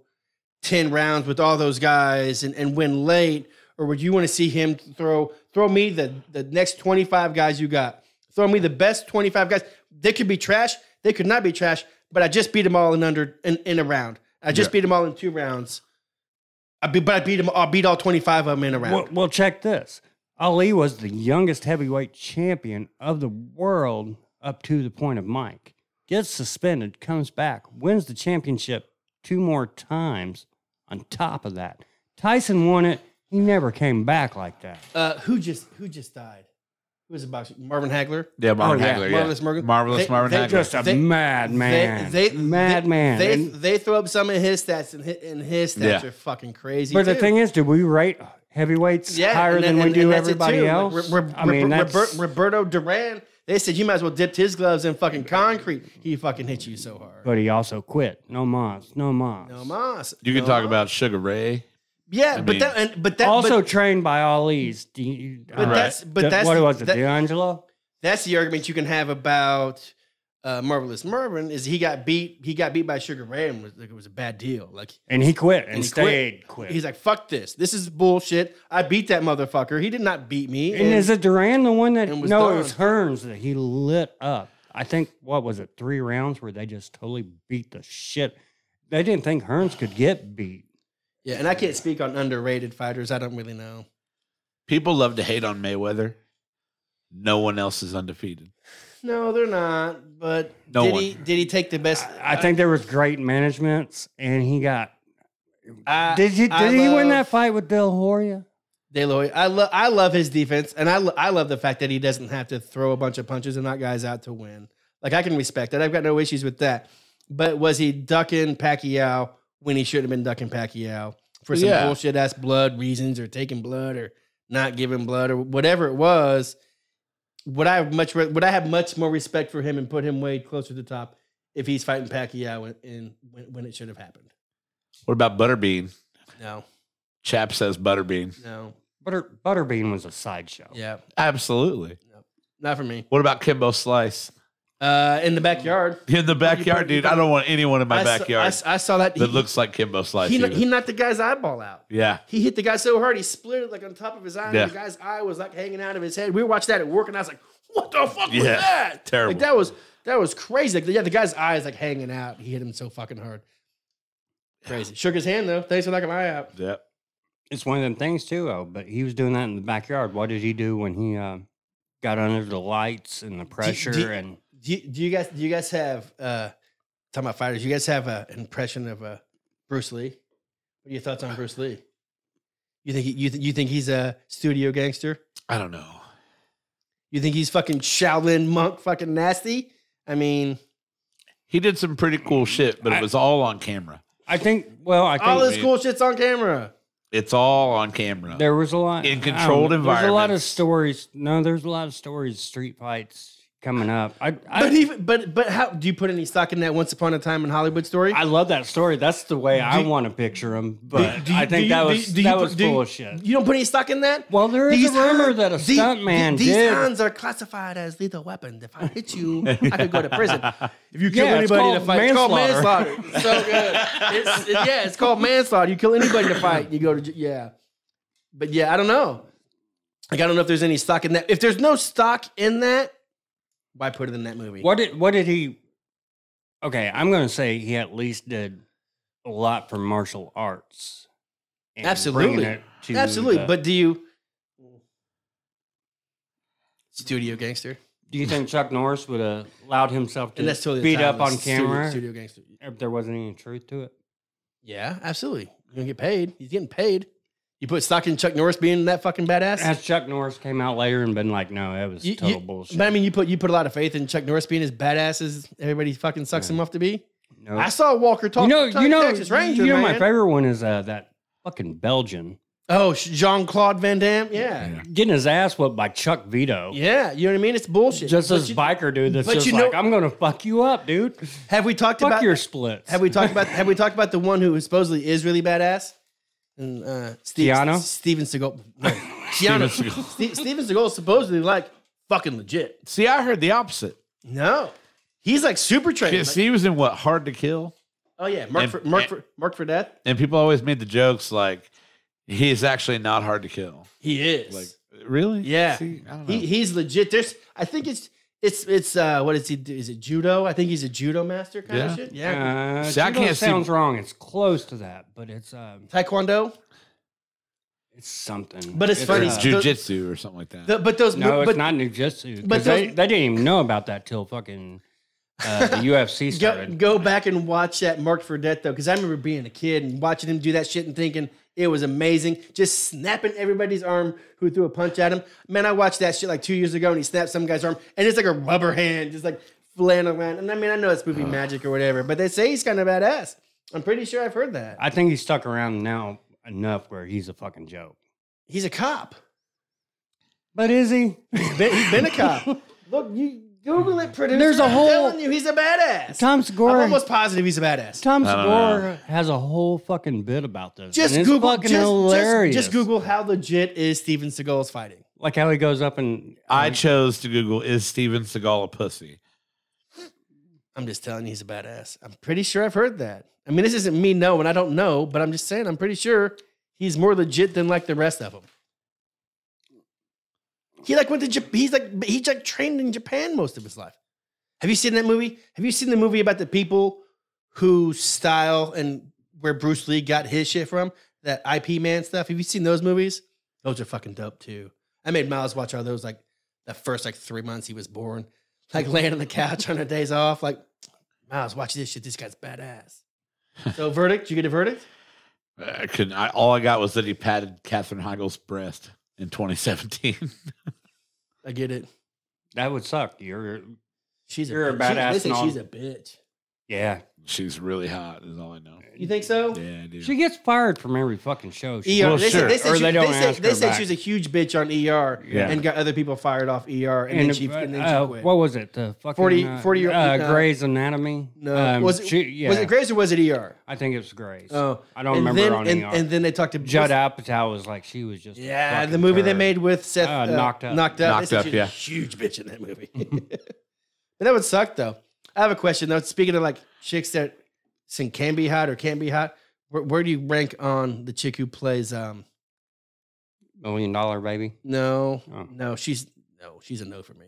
S2: ten rounds with all those guys and, and win late, or would you want to see him throw throw me the the next twenty five guys you got? Throw me the best twenty five guys. They could be trash. They could not be trash. But I just beat them all in under in, in a round. I just
S3: Yeah.
S2: beat them all in two rounds. I be, but I beat them. I beat all twenty five of them in a round.
S1: Well, well, check this. Ali was the youngest heavyweight champion of the world up to the point of Mike. Gets suspended, comes back, wins the championship two more times on top of that. Tyson won it. He never came back like that.
S2: Uh, who just who just died? Who was a boxer? Marvin Hagler.
S3: yeah, Marvin
S1: Oh, yeah.
S3: Hagler.
S2: Marvelous
S3: yeah.
S2: Morgan.
S3: Marvelous
S2: They-
S3: Marvin
S2: they
S3: Hagler.
S1: Just a
S2: They-
S1: madman.
S2: They,
S1: madman.
S2: They,
S1: And-
S2: they throw up some of his stats, and his, and his stats
S3: Yeah.
S2: are fucking crazy.
S1: but the
S2: too.
S1: thing is, do we rate heavyweights higher
S2: and-
S1: than we
S2: and-
S1: do
S2: and that's it
S1: everybody
S2: too.
S1: else?
S2: Re- re-
S1: I mean,
S2: re-
S1: that's,
S2: Robert- Roberto Duran. They said you might as well dip his gloves in fucking concrete. He fucking hit you so hard.
S1: but he also quit. No moms. No moms.
S2: no mas.
S3: You can
S2: No
S3: talk
S2: mas.
S3: about Sugar Ray.
S2: yeah,
S3: I
S2: but
S3: mean-
S2: that and, but that
S1: also
S2: but,
S1: trained by Ali's. De,
S2: but
S1: uh,
S2: that's but
S1: De-
S2: that's
S1: what was it,
S2: that-
S1: D'Angelo?
S2: that's the argument you can have about uh, Marvelous Mervin is he got beat he got beat by Sugar Ray and was like it was a bad deal like
S1: And he quit and,
S2: And he quit.
S1: stayed quit.
S2: he's like fuck this this is bullshit I beat that motherfucker he did not beat me
S1: and is it Duran the one that?
S2: and
S1: No,
S2: was
S1: it was Hearns that he lit up. I think what was it, three rounds where they just totally beat the shit. They didn't think Hearns could get beat.
S2: yeah and I can't speak on underrated fighters I don't really know
S3: People love to hate on Mayweather. No one else is undefeated.
S2: no they're not but
S3: No
S2: did
S3: one.
S2: he did he take the best
S1: I, I think there was great managements, and he got.
S2: I,
S1: Did he? Did
S2: I
S1: he win
S2: love-
S1: that fight with Del Hoya?
S2: De La Hoya. I love I love his defense, and I lo- I love the fact that he doesn't have to throw a bunch of punches and knock guys out to win. Like I can respect that. I've got no issues with that. But was he ducking Pacquiao when he should have been ducking Pacquiao for some
S3: Yeah.
S2: bullshit ass blood reasons, or taking blood, or not giving blood, or whatever it was? Would I have much re- would I have much more respect for him and put him way closer to the top if he's fighting Pacquiao and, and when, when it should have happened?
S3: What about Butterbean?
S2: No,
S3: Chap says Butterbean.
S2: no,
S1: Butter Butterbean was a sideshow.
S2: yeah,
S3: Absolutely.
S2: not for me.
S3: What about Kimbo Slice?
S2: Uh, in the backyard.
S3: In the backyard,
S2: put- you
S3: dude.
S2: put-
S3: I don't want anyone in my
S2: I saw- I
S3: backyard
S2: s- I, saw that. He,
S3: that looks like Kimbo Slice.
S2: he, kn-
S3: even.
S2: he knocked the guy's eyeball out.
S3: yeah.
S2: He hit the guy so hard he split it like on top of his eye.
S3: Yeah.
S2: And the guy's eye was like hanging out of his head. We watched that at work, and I was like, "What the fuck was
S3: Yeah,
S2: that?
S3: terrible.
S2: Like that was that was crazy. Like yeah, the guy's eye is like hanging out. He hit him so fucking hard. Crazy. Shook his hand though. Thanks for knocking my eye out.
S3: Yep.
S1: It's one of them things too, though. But he was doing that in the backyard. What did he do when he uh, got under the lights and the pressure?
S2: do-
S1: and
S2: Do you, do you guys do you guys have uh talking about fighters? You guys have an impression of uh, Bruce Lee? What are your thoughts on Bruce Lee? You think he, you th- you think he's a studio gangster?
S3: I don't know.
S2: You think he's fucking Shaolin monk, fucking nasty? I mean,
S3: He did some pretty cool shit, but
S1: I-
S3: it was all on camera.
S1: I think, well, I
S2: all
S1: think
S2: this cool shit's on camera.
S3: It's all on camera.
S1: There was a lot
S3: In
S1: I don't
S3: controlled
S1: know, There's a lot of
S3: environments.
S1: stories. No, there's a lot of stories. Street fights coming up. I
S2: But
S1: I,
S2: even but but how do you put any stock in that Once Upon a Time in Hollywood story?
S1: I love that story. That's the way I want to picture them. But
S2: do you-
S1: I
S2: do
S1: think
S2: you-
S1: that
S2: do
S1: was
S2: you- do you
S1: that
S2: put-
S1: was
S2: do you-
S1: bullshit.
S2: You don't put any stock in that.
S1: well, there is a rumor
S2: Hans-
S1: that a
S2: the-
S1: stuntman
S2: the- these
S1: did.
S2: Hans are classified as lethal weapons. If I hit you, I could go to prison. If you kill
S1: Yeah, it's
S2: anybody in
S1: called
S2: a fight, it's called manslaughter.
S1: manslaughter.
S2: It's so good. It's, it- yeah, it's called manslaughter. You kill anybody in a fight, you go to j- yeah. But yeah, I don't know. Like I don't know if there's any stock in that. If there's no stock in that, why put it in that movie?
S1: What did what did he? Okay, I'm gonna say he at least did a lot for martial arts. and bringing
S2: Absolutely.
S1: it to
S2: Absolutely.
S1: the-
S2: But do you Mm. studio gangster?
S1: do you think Chuck Norris would have allowed himself to
S2: And that's totally a
S1: beat up
S2: timeless
S1: on
S2: studio-
S1: camera
S2: Studio gangster.
S1: if there wasn't any truth to it?
S2: Yeah, absolutely. You're gonna get paid. He's getting paid. You put stock in Chuck Norris being that fucking badass.
S1: Has Chuck Norris came out later and been like, "No, that was
S2: You-
S1: total
S2: you-
S1: bullshit."
S2: but I mean, you put you put a lot of faith in Chuck Norris being as badass as everybody fucking sucks him off to be.
S1: no.
S2: I saw Walker talk.
S1: you know,
S2: talk
S1: you know,
S2: Texas Ranger.
S1: you know,
S2: man.
S1: my favorite one is uh, that fucking Belgian
S2: Oh, Jean Claude Van Damme. Yeah. yeah,
S1: getting his ass whooped by Chuck Vito.
S2: You know what I mean? It's bullshit.
S1: Just
S2: But
S1: this
S2: you-
S1: biker dude that's
S2: but
S1: just
S2: you know-
S1: like, I'm gonna fuck you up, dude.
S2: have we talked
S1: Fuck
S2: about
S1: your splits.
S2: Have we talked about Have we talked about the one who supposedly is really badass? And uh, Steve,
S1: Keanu?
S2: Steven Seagal. No, Keanu. Ste- Steven Seagal is supposedly like fucking legit.
S3: See, I heard the opposite.
S2: No, he's like super trained.
S3: Yes,
S2: Like-
S3: he was in what Hard to Kill,
S2: oh yeah, Mark
S3: And-
S2: for Mark
S3: and-
S2: for Mark for death.
S3: and people always made the jokes like he's actually not hard to kill.
S2: He is.
S3: Like, really?
S2: Yeah.
S3: See, I don't know.
S2: he, he's legit. There's I think it's it's it's uh what is he do? Is it judo? I think he's a judo master kind
S3: Yeah.
S2: of shit. Yeah.
S1: Uh,
S3: See, I
S1: judo
S3: can't see-
S1: sounds wrong. It's close to that, but it's um,
S2: Taekwondo.
S1: it's something.
S2: But it's funny,
S3: Or it's
S1: uh,
S2: ju-
S3: jujitsu or something like that.
S2: The- but those
S1: no,
S2: but,
S1: it's not ninjutsu.
S2: but
S1: But they,
S2: those-
S1: they didn't even know about that till fucking uh, the UFC
S2: Go,
S1: started.
S2: go back and watch that Mark for Death though, because I remember being a kid and watching him do that shit and thinking it was amazing. Just snapping everybody's arm who threw a punch at him. Man, I watched that shit like two years ago and he snapped some guy's arm and it's like a rubber hand, just like flaying around. And I mean, I know it's movie magic or whatever, but they say he's kind of badass. I'm pretty sure I've heard that.
S1: I think he's stuck around now enough where he's a fucking joke.
S2: He's a cop.
S1: But is he?
S2: Been, he's been a cop. Look, you Google it, producer.
S1: There's a
S2: I'm
S1: whole-
S2: telling you, he's a badass.
S1: Tom
S2: I'm
S1: Segura.
S2: almost positive he's a badass.
S1: Tom
S3: I don't
S1: Segura has a whole fucking bit about this.
S2: Just
S1: and it's
S2: Google,
S1: fucking
S2: just, just-
S1: hilarious.
S2: just Google how legit is Steven Seagal's fighting.
S1: like how he goes up and
S3: I chose to Google is Steven Seagal a pussy?
S2: I'm just telling you, he's a badass. I'm pretty sure I've heard that. I mean, this isn't me knowing. I don't know, but I'm just saying. I'm pretty sure he's more legit than like the rest of them. He like went to Japan. He's like he's like trained in Japan most of his life. Have you seen that movie? Have you seen the movie about the people who style and where Bruce Lee got his shit from? That IP man stuff. Have you seen those movies? Those are fucking dope too. I made Miles watch all those like the first like three months he was born, like laying on the couch on her days off. Like Miles, watch this shit. This guy's badass. So verdict? Did you get a verdict?
S3: I couldn't. I, all I got was that he patted Katherine Heigl's breast in 2017.
S2: I get it.
S1: that would suck. You're
S2: She's a
S1: You're a
S2: bitch. She-
S1: badass
S2: They say
S1: and all.
S2: she's a bitch.
S1: yeah.
S3: She's really hot, is all I know.
S2: You think so?
S3: Yeah, I do.
S1: She gets fired from every fucking show. she-
S2: ER.
S3: Well,
S2: they
S3: sure.
S2: say, they say,
S1: Or
S2: she,
S1: they
S2: they
S1: don't
S2: say,
S1: ask
S2: they
S1: her
S2: say
S1: back.
S2: she was a huge bitch on ER
S3: Yeah.
S2: and got other people fired off ER and, then she
S1: uh,
S2: and then she
S1: uh,
S2: quit.
S1: what was it? The fucking
S2: 40
S1: uh,
S2: 40 year-
S1: uh,
S2: uh,
S1: Grey's Anatomy.
S2: no,
S1: Um,
S2: was it
S1: she- yeah,
S2: was it Grace or was it ER?
S1: I think it's Grey's.
S2: Oh,
S1: I don't
S2: and
S1: remember
S2: Then,
S1: on
S2: and,
S1: ER.
S2: and then they talked to
S1: Judd Apatow was like she was just a
S2: Yeah, the
S1: fucking
S2: movie they
S1: turd.
S2: made with Seth uh,
S1: Ah, Knocked Up.
S2: Knocked up. They
S3: Knocked
S2: said
S3: Up,
S2: she's a
S3: yeah.
S2: huge bitch in that movie. but that would suck though. I have a question though. Speaking of like chicks that sing can be hot or can be hot, where, where do you rank on the chick who plays? um
S1: Million Dollar Baby.
S2: No,
S1: Oh.
S2: no, she's no, she's a no for me.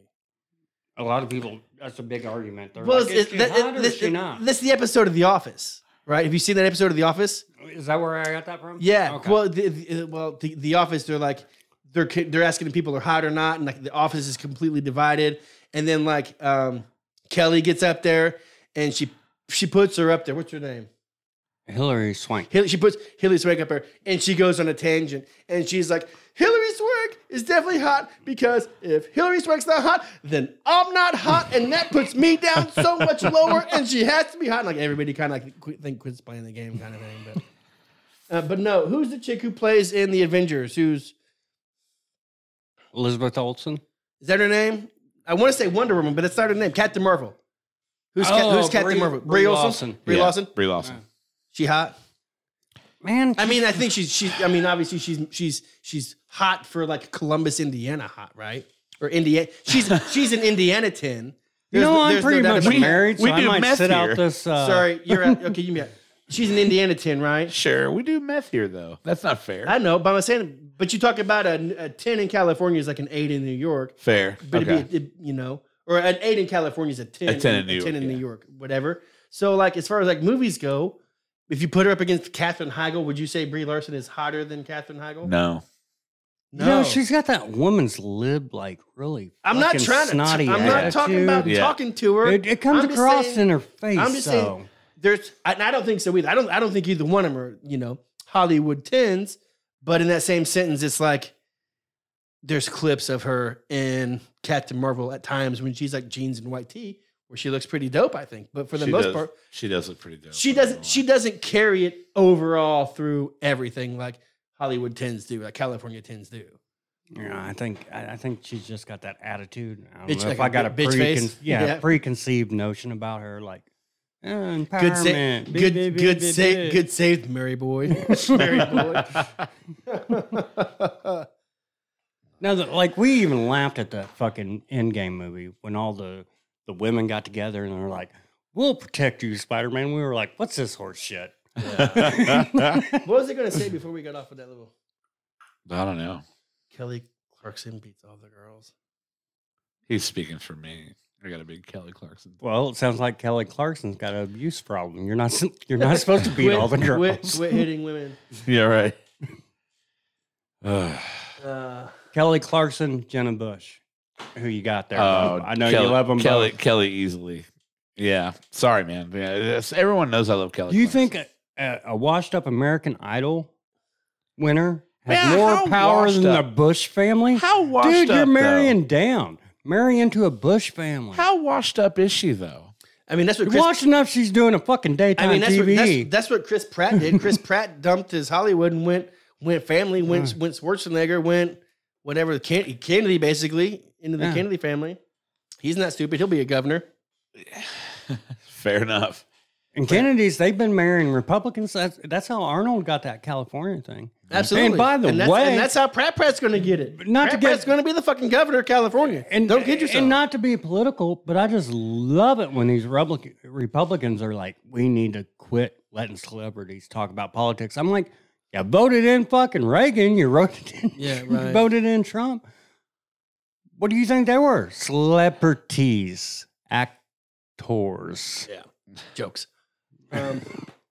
S1: A lot of people. That's a big argument. They're
S2: Well,
S1: like,
S2: it's-
S1: is she
S2: that-
S1: hot or
S2: this,
S1: is she not?
S2: this is the episode of The Office, right? Have you seen that episode of The Office?
S1: Is that where I got that from?
S2: Yeah.
S1: Okay.
S2: Well, the, the, uh, well, the, the office they're like they're ki- they're asking if people are hot or not, and like the office is completely divided. And then like um, Kelly gets up there and she she puts her up there. What's her name?
S1: Hillary Swank.
S2: Hillary, she puts Hillary Swank up there, and she goes on a tangent, and she's like, Hillary Swank is definitely hot because if Hillary Swank's not hot, then I'm not hot, and that puts me down so much lower, and she has to be hot. And like everybody kind of like qu- think quits playing the game, kind of thing. But Uh, but no, who's the chick who plays in the Avengers? Who's
S1: Elizabeth Olsen.
S2: is that her name? I want to say Wonder Woman, but it's not her name. Captain Marvel. Who's Cap- who's Captain
S1: Oh, Brie-
S2: Marvel?
S1: Brie
S2: Brie Olson.
S1: Larson.
S2: Brie
S3: Yeah,
S2: Larson.
S3: Brie Lawson.
S2: She hot.
S1: Man,
S2: I mean, I think she's she's. I mean, obviously she's she's she's hot for like Columbus, Indiana, hot, right? Or Indiana. She's she's an Indiana ten.
S1: you know, I'm
S2: there's
S1: pretty
S2: doubt
S1: much
S2: about it.
S1: married, so
S3: we
S1: I
S3: do
S1: might
S3: meth
S1: sit
S3: here.
S1: out this. Uh,
S2: Sorry, you're at, okay. You mean she's an Indiana ten, right?
S3: Sure, we do meth here though. That's not fair.
S2: I know, but I'm saying, but you talk about a, a ten in California is like an eight in New York,
S3: fair.
S2: but it'd be, it- you know, or an eight in California is a ten,
S3: A 10 in New York,
S2: 10 in
S3: yeah.
S2: New York, whatever. So, like, as far as like movies go, if you put her up against Katherine Heigl, would you say Brie Larson is hotter than Katherine Heigl?
S3: no.
S1: You know, she's got that woman's lib, like really.
S2: I'm not
S1: fucking
S2: trying to.
S1: Snotty
S2: I'm not talking
S1: attitude.
S2: about
S3: Yeah.
S2: talking to her.
S1: It, it comes
S2: I'm just
S1: across
S2: saying-
S1: in her face.
S2: I'm just
S1: so.
S2: saying- there's and I don't think so either. I don't I don't think either one of them are, you know, Hollywood tens, but in that same sentence, it's like there's clips of her in Captain Marvel at times when she's like jeans and white tee, where she looks pretty dope, I think. But for the
S3: She
S2: most
S3: does-
S2: part,
S3: she does look pretty dope.
S2: she
S3: I'm not
S2: doesn't
S3: gonna
S2: she
S3: lie.
S2: doesn't carry it overall through everything like Hollywood tens do, like California tens do.
S1: Yeah, I think I, I think she's just got that attitude. I don't
S2: Bitch,
S1: know
S2: like
S1: if
S2: a
S1: I got a
S2: bi- bitch
S1: precon-
S2: face?
S1: Yeah,
S2: Yeah.
S1: preconceived notion about her, like eh, empowerment.
S2: Good sa-
S1: blah,
S2: good
S1: blah, blah,
S2: good
S1: blah,
S2: sa-
S1: blah.
S2: good saved Mary boy. Mary boy.
S1: No, the, like we even laughed at that fucking Endgame movie when all the the women got together and they're like, "We'll protect you, Spider Man." We were like, "What's this horse shit?"
S2: what was I gonna say before we got off of that little
S3: I don't know.
S2: Kelly Clarkson beats all the girls.
S3: He's speaking for me. I got a big Kelly Clarkson.
S1: Well, it sounds like Kelly Clarkson's got an abuse problem. You're not s- you're not supposed to beat all the girls.
S2: Quit, quit hitting women.
S3: Yeah, right. Ugh.
S2: Uh,
S1: Kelly Clarkson, Jenna Bush, who you got there?
S2: Uh,
S3: Oh,
S1: Bob. Uh, I know
S3: Kelly-
S1: you love them
S3: Kelly,
S1: both.
S3: Kelly easily. Yeah. Sorry, man. Yeah, it's- everyone knows I love Kelly.
S1: Do you
S3: Clarkson.
S1: think a, a, a washed up American Idol winner has
S3: Man, how
S1: more power
S3: washed
S1: than
S3: up?
S1: the Bush family?
S3: How washed
S1: Dude,
S3: up?
S1: you're
S3: though?
S1: marrying down. Marry into a Bush family.
S3: How washed up is she though?
S2: I mean, that's what
S1: You're
S2: Chris.
S1: watching enough. She's doing a fucking daytime
S2: I mean, that's what,
S1: TV.
S2: that's, that's what Chris Pratt did. Chris Pratt dumped his Hollywood and went went family, went went Schwarzenegger, went whatever Ken, Kennedy basically into the
S1: Yeah.
S2: Kennedy family. He's not stupid. He'll be a governor.
S3: Fair enough.
S1: and Kennedy's, they've been marrying Republicans. That's, that's how Arnold got that California thing.
S2: Absolutely.
S1: And by the
S2: that's,
S1: way,
S2: and that's how Pratt Pratt's going to get it.
S1: not to
S2: Pratt
S1: get-
S2: Pratt's going to be the fucking governor of California.
S1: And
S2: don't kid yourself.
S1: And not to be political, but I just love it when these Republic- Republicans are like, "We need to quit letting celebrities talk about politics." I'm like, "You voted in fucking Reagan. You voted in.
S2: Yeah,
S1: you
S2: right.
S1: voted in Trump. What do you think they were? Celebrities, actors.
S2: jokes. Um,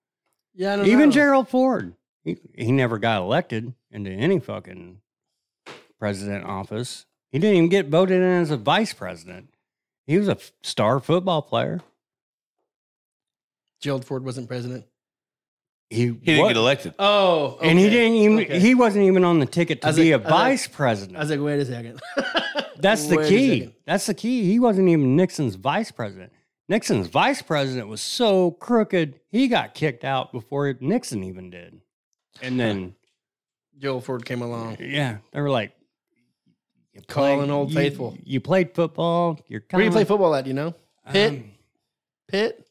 S2: yeah, I don't
S1: Even
S2: know.
S1: Gerald Ford. He, he never got elected into any fucking president office. He didn't even get voted in as a vice president. He was a f- star football player.
S2: Gerald Ford wasn't president.
S1: He,
S3: He didn't
S1: wa-
S3: get elected.
S2: Oh,
S1: And he didn't even
S2: okay.
S1: he wasn't even on the ticket to
S2: I was
S1: be
S2: like-
S1: a
S2: I was like-
S1: vice president.
S2: I was like, wait a second.
S1: That's the
S2: Wait a
S1: key.
S2: second.
S1: That's the key. He wasn't even Nixon's vice president. Nixon's vice president was so crooked, he got kicked out before Nixon even did. And then
S2: Gerald Ford came along.
S1: Yeah, they were like you
S2: Calling
S1: played-
S2: Old
S1: you-
S2: Faithful.
S1: You played football. You're
S2: Where do you play
S1: kinda-
S2: football at? do You know, Pitt?
S1: um,
S2: Pitt,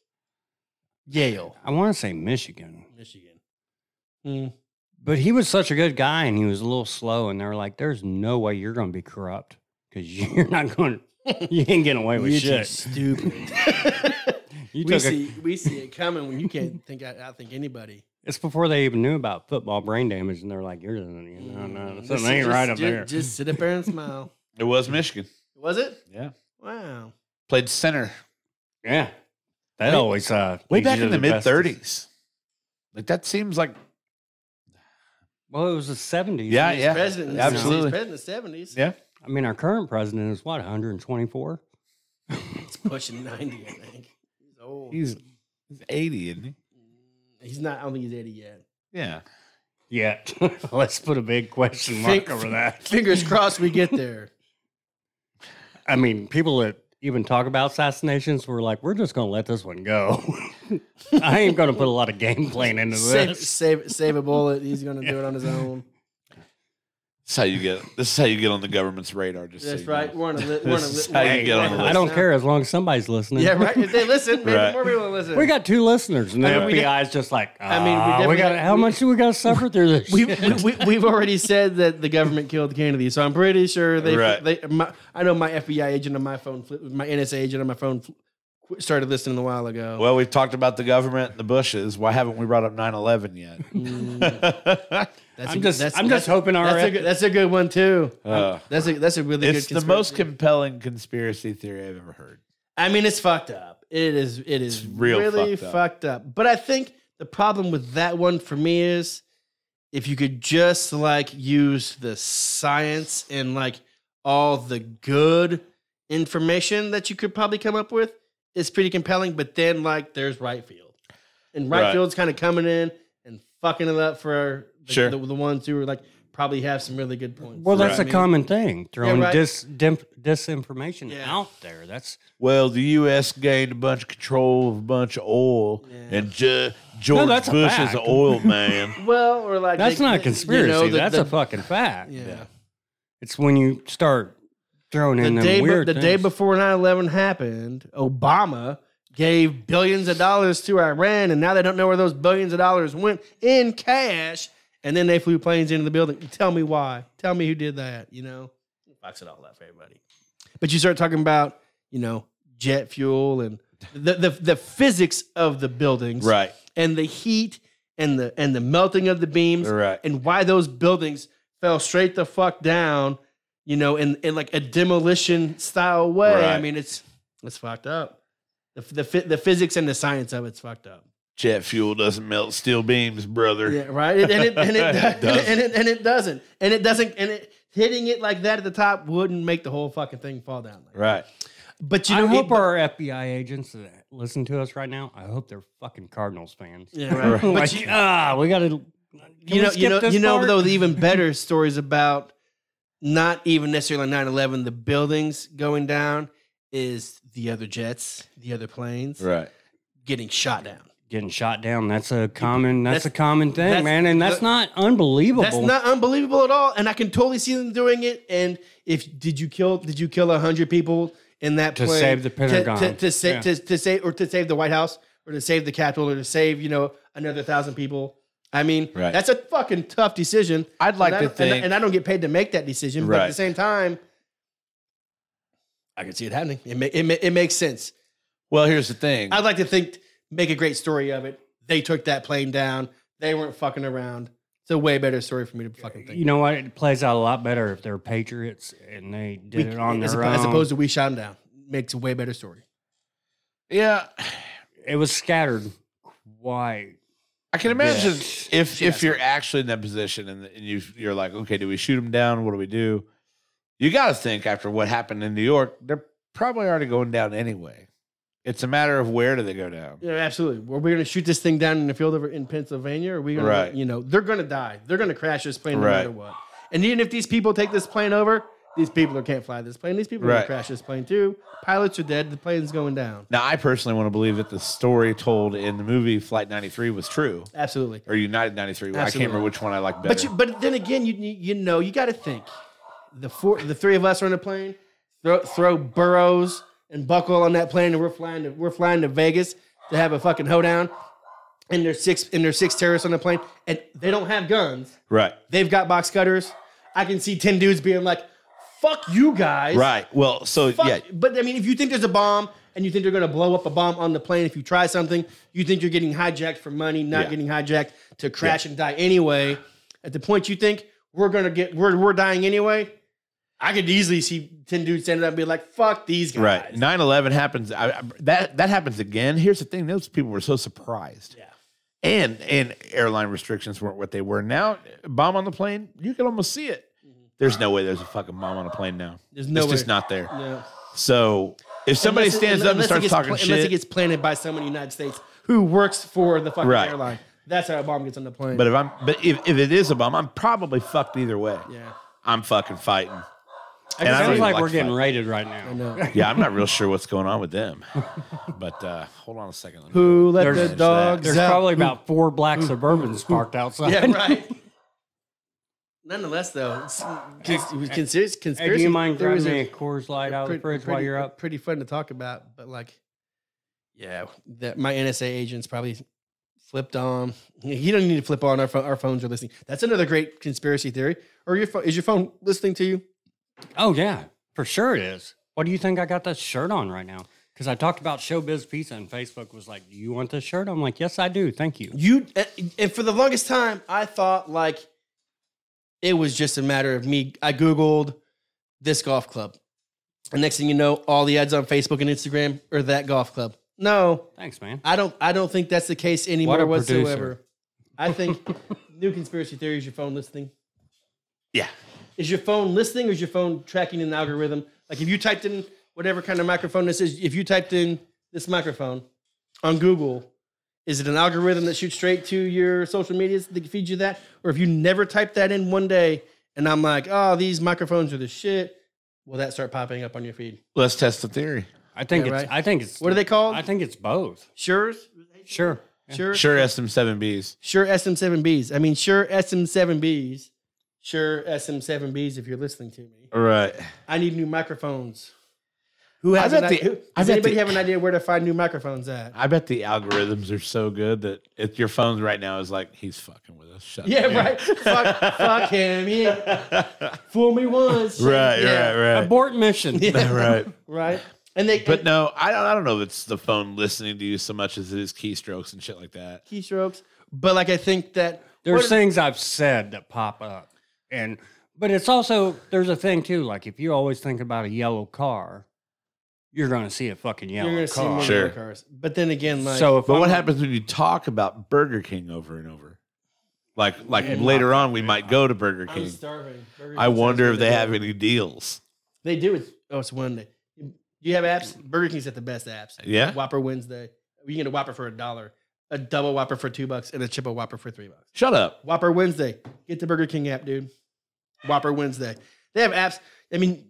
S2: Yale,
S1: I want to say Michigan,
S2: Michigan. Hmm.
S1: but he was such a good guy, and he was a little slow. And they were like, "There's no way you're going to be corrupt because you're not going. You ain't getting away with
S2: You're too
S1: shit.
S2: Stupid.
S1: You
S2: we
S1: took a,
S2: see we see it coming when you can't think. I, I think anybody.
S1: it's before they even knew about football brain damage, and they're like, "You're you know, no,
S2: Mm,
S1: something
S2: just-
S1: ain't
S2: just-
S1: right up
S2: just,
S1: there."
S2: Just sit up there and smile.
S3: It was Michigan.
S2: Was it?
S3: Yeah.
S2: Wow.
S3: Played center
S1: yeah, that
S3: Way-
S1: always uh,
S3: way
S1: leads you
S3: back
S1: to
S3: in the mid
S1: best of-
S3: '30s. Like that seems like
S1: Well, it was the '70s.
S3: Yeah,
S2: He's
S3: yeah.
S2: President.
S3: absolutely.
S2: He's president in the seventies.
S3: Yeah.
S1: I mean, our current president is what 124.
S2: He's pushing ninety. I think. He's old.
S3: he's he's 80, isn't he?
S2: He's not. I don't think he's eighty yet.
S3: Yeah.
S1: yet. Let's put a big question mark
S2: Think-
S1: over that.
S2: Fingers crossed we get there.
S1: I mean, people that even talk about assassinations were like, we're just going to let this one go. I ain't gonna put a lot of game plan into
S2: Save,
S1: this.
S2: save, save a bullet. He's going to do it on his own.
S3: This is how you get. This is how you get on the government's radar. Just so
S2: That's
S3: you
S2: right.
S3: know.
S2: We're on a list.
S3: This is how you get on the
S1: I
S3: list.
S1: don't care as long as somebody's listening.
S2: Yeah, right. If they listen, maybe
S3: Right.
S2: more people will listen.
S1: We got two listeners, and the
S2: I mean, we
S1: FBI is just like,
S2: I mean, we
S1: "Ah, we,
S2: definitely
S1: got
S2: got-
S1: how
S2: we-
S1: much do we got to suffer through this?
S2: we,
S1: shit?"
S2: we, we, have already said that the government killed Kennedy, so I'm pretty sure they.
S3: Right.
S2: they my, I know my FBI agent on my phone, fli my NSA agent on my phone, fl- qu- started listening a while ago.
S3: Well, we've talked about the government and the Bushes. Why haven't we brought up 9-11 yet?
S2: Mm,
S3: Uh,
S2: that's
S1: I'm
S2: a-
S1: just,
S2: that's-
S1: I'm just
S2: that's-
S1: hoping our
S2: That's a, good, that's a good one too.
S3: Uh,
S2: That's a that's a really
S3: it's
S2: good.
S3: the most
S2: conspiracy.
S3: compelling conspiracy theory I've ever heard.
S2: I mean, it's fucked up. It is. It is
S3: It's real
S2: really
S3: fucked
S2: fucked
S3: up.
S2: up. But I think the problem with that one for me is if you could just like use the science and like all the good information that you could probably come up with, it's pretty compelling. But then like there's right field, and right,
S3: Right.
S2: field's kind of coming in and fucking it up for the,
S3: Sure.
S2: the, the ones who are like probably have some really good points.
S1: well, that's
S2: I
S1: a
S2: mean,
S1: common thing throwing
S2: right.
S1: dis, dimp, disinformation
S2: Yeah.
S1: out there. That's
S3: Well, the U.S. gained a bunch of control of a bunch of oil,
S2: Yeah.
S3: and Ju- George
S1: that's a
S3: Bush is
S1: fact.
S3: an oil man.
S2: Well, or like
S1: that's
S2: they-
S1: not a
S2: they-
S1: conspiracy.
S2: You know, the-
S1: that's
S2: the-
S1: a fucking fact.
S2: yeah.
S1: It's when you start throwing in
S2: the
S1: them
S2: day, be-
S1: weird
S2: the day
S1: things.
S2: before 9-11 happened obama gave billions of dollars to iran and now they don't know where those billions of dollars went in cash and then they flew planes into the building tell me why tell me who did that you know box it all up for everybody but you start talking about you know jet fuel and the, the, the physics of the buildings
S3: right,
S2: and the heat and the and the melting of the beams
S3: right.
S2: and why those buildings fell straight the fuck down, you know, in, in like a demolition style way.
S3: Right.
S2: I mean, it's it's fucked up. The the, phy- the physics and the science of it's fucked up.
S3: Jet fuel doesn't melt steel beams, brother.
S2: Yeah, right. And it and it,
S3: It doesn't.
S2: and, it and it doesn't and it doesn't and it hitting it like that at the top wouldn't make the whole fucking thing fall down. Like
S3: Right.
S2: But you know,
S1: I
S2: it-
S1: hope
S2: but-
S1: our FBI agents that listen to us right now. I hope they're fucking Cardinals fans.
S2: Yeah, right.
S1: like,
S2: But you-
S1: ah, we got to.
S2: you know, you know, you know, though, the even better stories about not even necessarily 9 11, the buildings going down is the other jets, the other planes
S3: Right.
S2: getting shot down.
S1: getting shot down. That's a common. That's,
S2: That's-
S1: a common thing,
S2: that's-
S1: man, and that's
S2: that-
S1: not unbelievable.
S2: That's not unbelievable at all. And I can totally see them doing it. And if did you kill, did you kill 100 people in that
S1: To
S2: plane?
S1: save the
S2: To- To,
S1: Pentagon.
S2: to, sa-
S1: Yeah.
S2: to, to save, or to save the White House, or to save the Capitol, or to save, you know, another thousand people. I mean,
S3: Right.
S2: that's a fucking tough decision.
S3: I'd like
S2: and I
S3: to
S2: don't- and I-
S3: think.
S2: and I don't get paid to make that decision, but at
S3: Right.
S2: the same time, I can see it happening. It, ma- it, ma- it makes sense.
S3: well, here's the thing.
S2: I'd like to think, make a great story of it. They took that plane down. They weren't fucking around. It's a way better story for me to fucking think.
S1: You know what? It plays out a lot better if they're patriots and they did
S2: We-
S1: it on
S2: as,
S1: their
S2: oppo-
S1: own.
S2: as opposed to we shot him down. Makes a way better story.
S3: yeah,
S1: it was scattered quite.
S3: I can imagine
S1: Yes.
S3: if if you're actually in that position and, and you you're like, okay, do we shoot them down? What do we do? You got to think after what happened in New York, they're probably already going down anyway. It's a matter of where do they go down?
S2: Yeah, absolutely. Were we going to shoot this thing down in the field over in Pennsylvania? Or are we going
S3: Right.
S2: to, you know, they're going to die. They're going to crash this plane
S3: Right.
S2: no matter what. And even if these people take this plane over, these people are- can't fly this plane. These people are going
S3: Right.
S2: to crash this plane too. Pilots are dead. The plane's going down.
S3: Now, I personally want to believe that the story told in the movie Flight 93 was true,
S2: Absolutely.
S3: or United 93. I can't
S2: Absolutely.
S3: remember which one I like better.
S2: But you, but then again, you you know, you got to think. The four, the three of us are in a plane. Throw throw Burrows and Buckle on that plane, and we're flying to we're flying to Vegas to have a fucking hoedown. And there's six and there's six terrorists on the plane, and they don't have guns.
S3: right,
S2: They've got box cutters. I can see ten dudes being like, "Fuck you guys!"
S3: right. Well, so
S2: Fuck-
S3: yeah,
S2: But I mean, if you think there's a bomb and you think they're going to blow up a bomb on the plane, if you try something, you think you're getting hijacked for money, not
S3: Yeah.
S2: getting hijacked to crash and die anyway. At the point you think we're going to get, we're, we're dying anyway, I could easily see 10 dudes standing up and be like, fuck these guys.
S3: right. 9 11 happens. I, I- that, that happens again. Here's the thing those people were so surprised.
S2: Yeah.
S3: and and airline restrictions weren't what they were. Now, bomb on the plane, you can almost see it. There's no way there's a fucking bomb on a plane now.
S2: Mm-hmm. There's no
S3: it's
S2: way.
S3: just not there.
S2: No.
S3: So if somebody
S2: Unless it-
S3: stands up and
S2: unless it
S3: starts
S2: gets
S3: talking
S2: pla- Unless it
S3: shit,
S2: gets planted by someone in the United States who works for the fucking
S3: Right.
S2: airline. That's how a bomb gets on the plane.
S3: but if I'm but if, if it is a bomb, I'm probably fucked either way.
S2: yeah.
S3: I'm fucking fighting.
S1: It
S3: And I
S1: sounds
S3: don't even
S1: like,
S3: like
S1: we're
S3: to
S1: getting
S3: fight.
S1: raided right
S2: I
S1: now.
S2: know.
S3: Yeah, I'm not real sure what's going on with them. But uh, hold on a second. Let me-
S2: Who let
S1: There's-
S2: the
S1: there's
S2: dogs
S1: There's
S2: out?
S1: probably
S2: Who-
S1: about four black Suburbans parked outside.
S2: Yeah, right. Nonetheless, though, it's, cons- it was conspiracy.
S1: Hey, do
S2: conspiracy
S1: you mind
S2: theories
S1: grabbing me a
S2: are
S1: Coors Light out of the
S2: pretty-
S1: fridge while
S2: pretty-
S1: you're up?
S2: Pretty fun to talk about, but like, yeah, that my NSA agents probably flipped on. You don't need to flip on our phone. Our phones are listening. That's another great conspiracy theory. Or your phone is your phone listening to you?
S1: Oh yeah, for sure it is. What do you think I got this shirt on right now? Because I talked about Showbiz Pizza and Facebook was like, "Do you want this shirt?" I'm like, "Yes, I do. Thank you."
S2: You and- and for the longest time, I thought like it was just a matter of me. I googled this golf club, and next thing you know, all the ads on Facebook and Instagram are that golf club. No,
S1: Thanks, man.
S2: I don't. I don't think that's the case anymore
S1: a
S2: whatsoever.
S1: producer.
S2: I think new conspiracy theory is your phone listening.
S3: Yeah.
S2: Is your phone listening or is your phone tracking an algorithm? Like if you typed in whatever kind of microphone this is, if you typed in this microphone on Google, is it an algorithm that shoots straight to your social medias that feeds you that? Or if you never type that in one day and I'm like, oh, these microphones are the shit, will that start popping up on your feed?
S3: Let's test the theory.
S1: I think
S2: Yeah,
S1: it's.
S2: right.
S1: I think it's.
S2: What are they called?
S1: I think it's both.
S2: Sure's?
S1: Sure.
S2: Sure.
S3: Sure, SM7Bs.
S2: Sure SM7Bs. I mean, sure SM7Bs. Sure SM7Bs if you're listening to me.
S3: All right.
S2: I need new microphones. Who
S3: I
S2: has an
S3: bet
S2: idea?
S3: the-
S2: who,
S3: I
S2: Does
S3: bet
S2: anybody
S3: the-
S2: have an idea where to find new microphones at?
S3: I bet the algorithms are so good that if your phone right now is like, he's fucking with us. Shut
S2: Yeah,
S3: up.
S2: right. fuck, fuck him. Yeah. Fool me once.
S3: Right,
S2: Yeah.
S3: right, right.
S1: Abort mission.
S2: Yeah.
S3: right.
S2: Right. And they
S3: But
S2: put
S3: no, I don't I don't know if it's the phone listening to you so much as it is keystrokes and shit like that.
S2: keystrokes. But like I think that
S1: There's
S2: what-
S1: things I've said that pop up, and but it's also there's a thing too. Like if you always think about a yellow car, you're going to see a fucking
S2: you're
S1: yellow
S2: gonna see more
S1: car.
S3: Sure.
S2: yellow cars. But then again, like
S1: So if
S3: But
S1: I'm-
S3: what happens when you talk about Burger King over and over? Like like
S1: Yeah.
S3: later on we might go to Burger
S2: I'm
S3: King.
S2: starving. Burger
S3: I
S2: King's
S3: wonder
S2: actually
S3: if
S2: the
S3: they have
S2: best.
S3: any deals.
S2: They do. It's, oh, it's Wednesday. Do you have apps? Burger King's got the best apps.
S3: Yeah.
S2: Whopper Wednesday. You can get a Whopper for a dollar, a double Whopper for two bucks, and a triple Whopper for three bucks.
S3: Shut up.
S2: Whopper Wednesday. Get the Burger King app, dude. Whopper Wednesday. They have apps. I mean,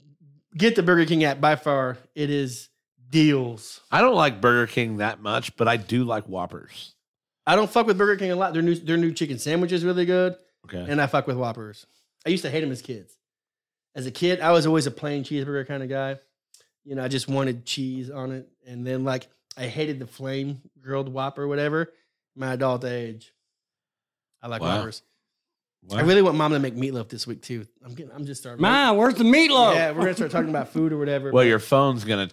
S2: get the Burger King app by far. It is deals.
S3: I don't like Burger King that much, but I do like Whoppers.
S2: I don't fuck with Burger King a lot. Their new their new chicken sandwich is really good,
S3: Okay.
S2: and I fuck with Whoppers. I used to hate them as kids. As a kid, I was always a plain cheeseburger kind of guy. You know, I just wanted cheese on it, and then like I hated the flame grilled Whopper, whatever. My adult age, I like
S3: Wow.
S2: Whoppers. I
S3: What?
S2: really want Mom to make meatloaf this week too. I'm getting, I'm just starving.
S1: Ma, where's the
S3: Oh.
S1: meatloaf?
S2: Yeah, we're gonna start talking about food or whatever.
S3: Well,
S2: but
S3: your phone's gonna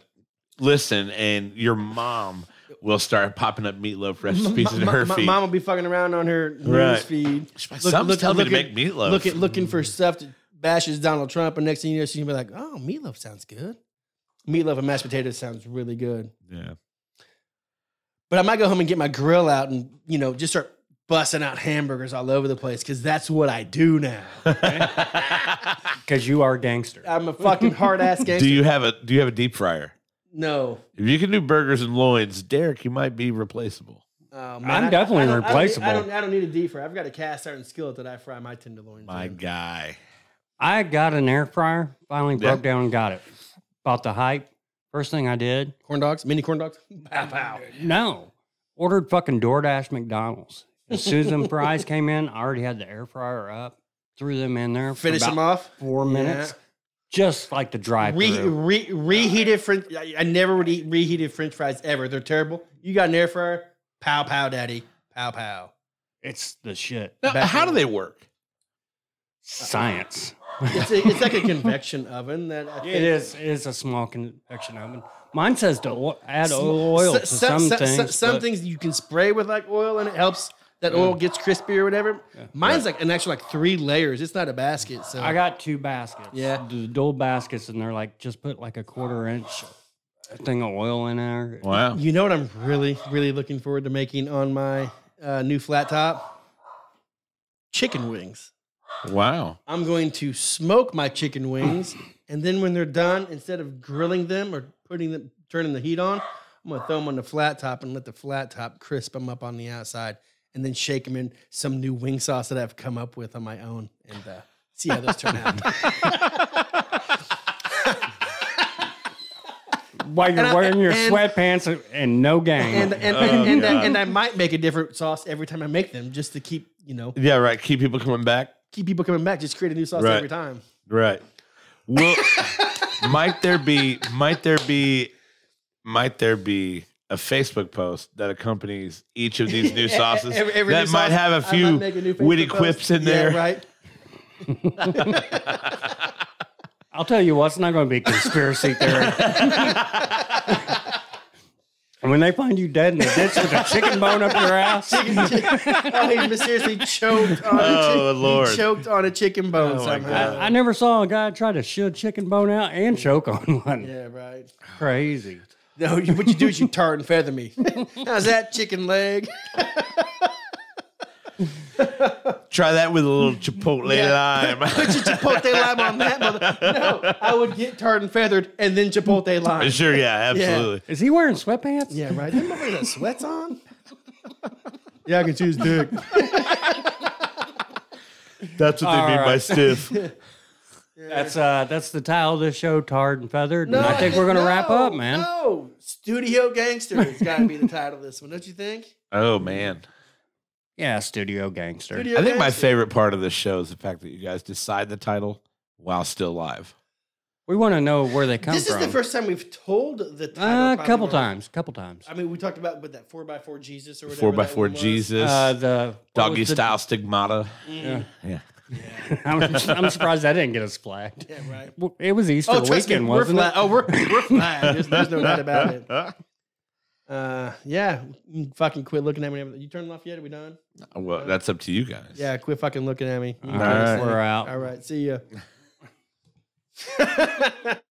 S3: listen, and your mom will start popping up meatloaf recipes
S2: my,
S3: in her
S2: my-
S3: feed.
S2: mom will be fucking around on her news
S3: Right.
S2: feed.
S3: She's like,
S2: look-
S3: Some's
S2: look-
S3: telling me to
S2: looking-
S3: make meatloaf.
S2: Look at looking for stuff that bashes Donald Trump, and next thing you know, she's gonna be like, "Oh, meatloaf sounds good. Meatloaf and mashed potatoes sounds really good."
S3: yeah.
S2: But I might go home and get my grill out and you know just start busting out hamburgers all over the place because that's what I do now.
S1: Because you are gangster.
S2: I'm a fucking hard ass gangster.
S3: do you have a Do you have a deep fryer?
S2: no,
S3: If you can do burgers and loins, Derek, you might be replaceable.
S2: Oh,
S1: I'm definitely
S2: don't- don't need-
S1: replaceable.
S2: I don't, I don't, need a deep fryer. I've got a cast iron skillet that I fry my tenderloins.
S3: My
S2: in.
S3: guy.
S1: I got an air fryer. Finally
S3: Yeah.
S1: broke down and got it. Bought the hype. First thing I did,
S2: corn dogs, mini corn dogs. Pow pow.
S1: no, ordered fucking DoorDash McDonald's. As soon as them fries came in, I already had the air fryer up. Threw them in there. for
S2: Finish
S1: about
S2: them off.
S1: Four minutes, just like the drive
S2: Re, re, reheated French. I, I never would eat reheated French fries ever. They're terrible. You got an air fryer? Pow pow, daddy. Pow pow.
S1: It's the shit.
S3: Now,
S2: Back
S3: how
S2: in-
S3: do they work?
S1: Science.
S2: It's, a, it's like a convection oven that I think
S1: It is. It is a small convection oven. Mine says to o- add
S2: Sm-
S1: oil
S2: so-
S1: to
S2: so-
S1: some
S2: so- so-
S1: things.
S2: some
S1: but- Mm.
S2: things you can spray with like oil, and it helps that oil gets crispy or whatever. Mine's like an actual like three layers. It's not a basket. So
S1: I got two baskets.
S2: Yeah.
S1: the dual baskets, and they're like just put like a quarter inch thing of oil in there.
S3: Wow.
S2: You know what I'm really, really looking forward to making on my uh, new flat top? Chicken wings.
S3: Wow.
S2: I'm going to smoke my chicken wings, and then when they're done, instead of grilling them or putting them, turning the heat on, I'm gonna throw them on the flat top and let the flat top crisp them up on the outside, and then shake them in some new wing sauce that I've come up with on my own, and uh, see how those turn out.
S1: while you're
S2: and I-
S1: wearing your
S2: and-
S1: sweatpants and, and no gang.
S2: and and
S3: Oh,
S2: and, and,
S3: God.
S2: I, and I might make a different sauce every time I make them, just to keep you know
S3: Yeah, right. Keep people coming back.
S2: keep people coming back. Just create a new sauce
S3: Right.
S2: every time.
S3: Right. Well, might there be might there be might there be a Facebook post that accompanies each of these new sauces
S2: Every- E-, every
S3: that
S2: new
S3: might
S2: sauce,
S3: have a
S2: I
S3: few
S2: might make a new
S3: witty
S2: Facebook post.
S3: quips in
S2: Yeah,
S3: there?
S2: right?
S1: I'll tell you what's not going to be conspiracy theory. and when they find you dead in the ditch with a chicken bone up your ass,
S2: oh, he mysteriously choked on a
S3: Oh,
S2: chicken.
S3: Lord. Oh,
S2: He choked on a chicken bone
S3: my
S2: somehow.
S3: God.
S1: I, I never saw a guy try to shove chicken bone out and choke on one.
S2: Yeah, right.
S1: Crazy.
S2: No, you, what you do is you tart and feather me. How's that chicken leg?
S3: Try that with a little chipotle
S2: Yeah.
S3: lime.
S2: Put your chipotle lime on that mother. No, I would get tart and feathered and then chipotle lime.
S3: sure, yeah, absolutely.
S1: Is he wearing sweatpants?
S2: Yeah, right. That mother that sweats on. Yeah, I can choose dick.
S3: That's what they
S1: All
S3: mean by
S1: right.
S3: stiff.
S1: That's uh, that's the title of this show, tarred and feathered. and I think we're gonna wrap up, man.
S2: No, Studio Gangster has got to be the title of this one, don't you think?
S3: Oh man.
S1: Yeah, studio gangster.
S2: Studio
S3: I think my
S2: Gangster.
S3: favorite part of this show is the fact that you guys decide the title while still live.
S1: We want to know where they come
S2: This
S1: from.
S2: is the first time we've told the title.
S1: Uh, a
S2: probably,
S1: couple
S2: right?
S1: times, couple times.
S2: I mean, we talked about with that four by four Jesus or whatever.
S3: Four by
S2: that
S3: four
S2: one was.
S3: Jesus,
S1: Uh, the what
S3: doggy
S1: was the-
S3: style stigmata.
S1: Yeah.
S3: Yeah.
S1: I'm, I'm surprised that didn't get us flagged.
S2: Yeah, right.
S1: Well, It was Easter
S2: Oh, trust
S1: weekend,
S2: me, we're
S1: wasn't
S2: flat.
S1: it?
S2: Oh, we're we're flat. There's, there's no doubt about it. Uh, yeah. Mm, Fucking quit looking at me. You turning off yet? Are we done?
S3: Well, that's up to you guys.
S2: Yeah. Quit oh, fucking looking at me. You
S1: All
S2: guys
S1: right,
S2: say-
S1: we're out.
S2: All right. See ya.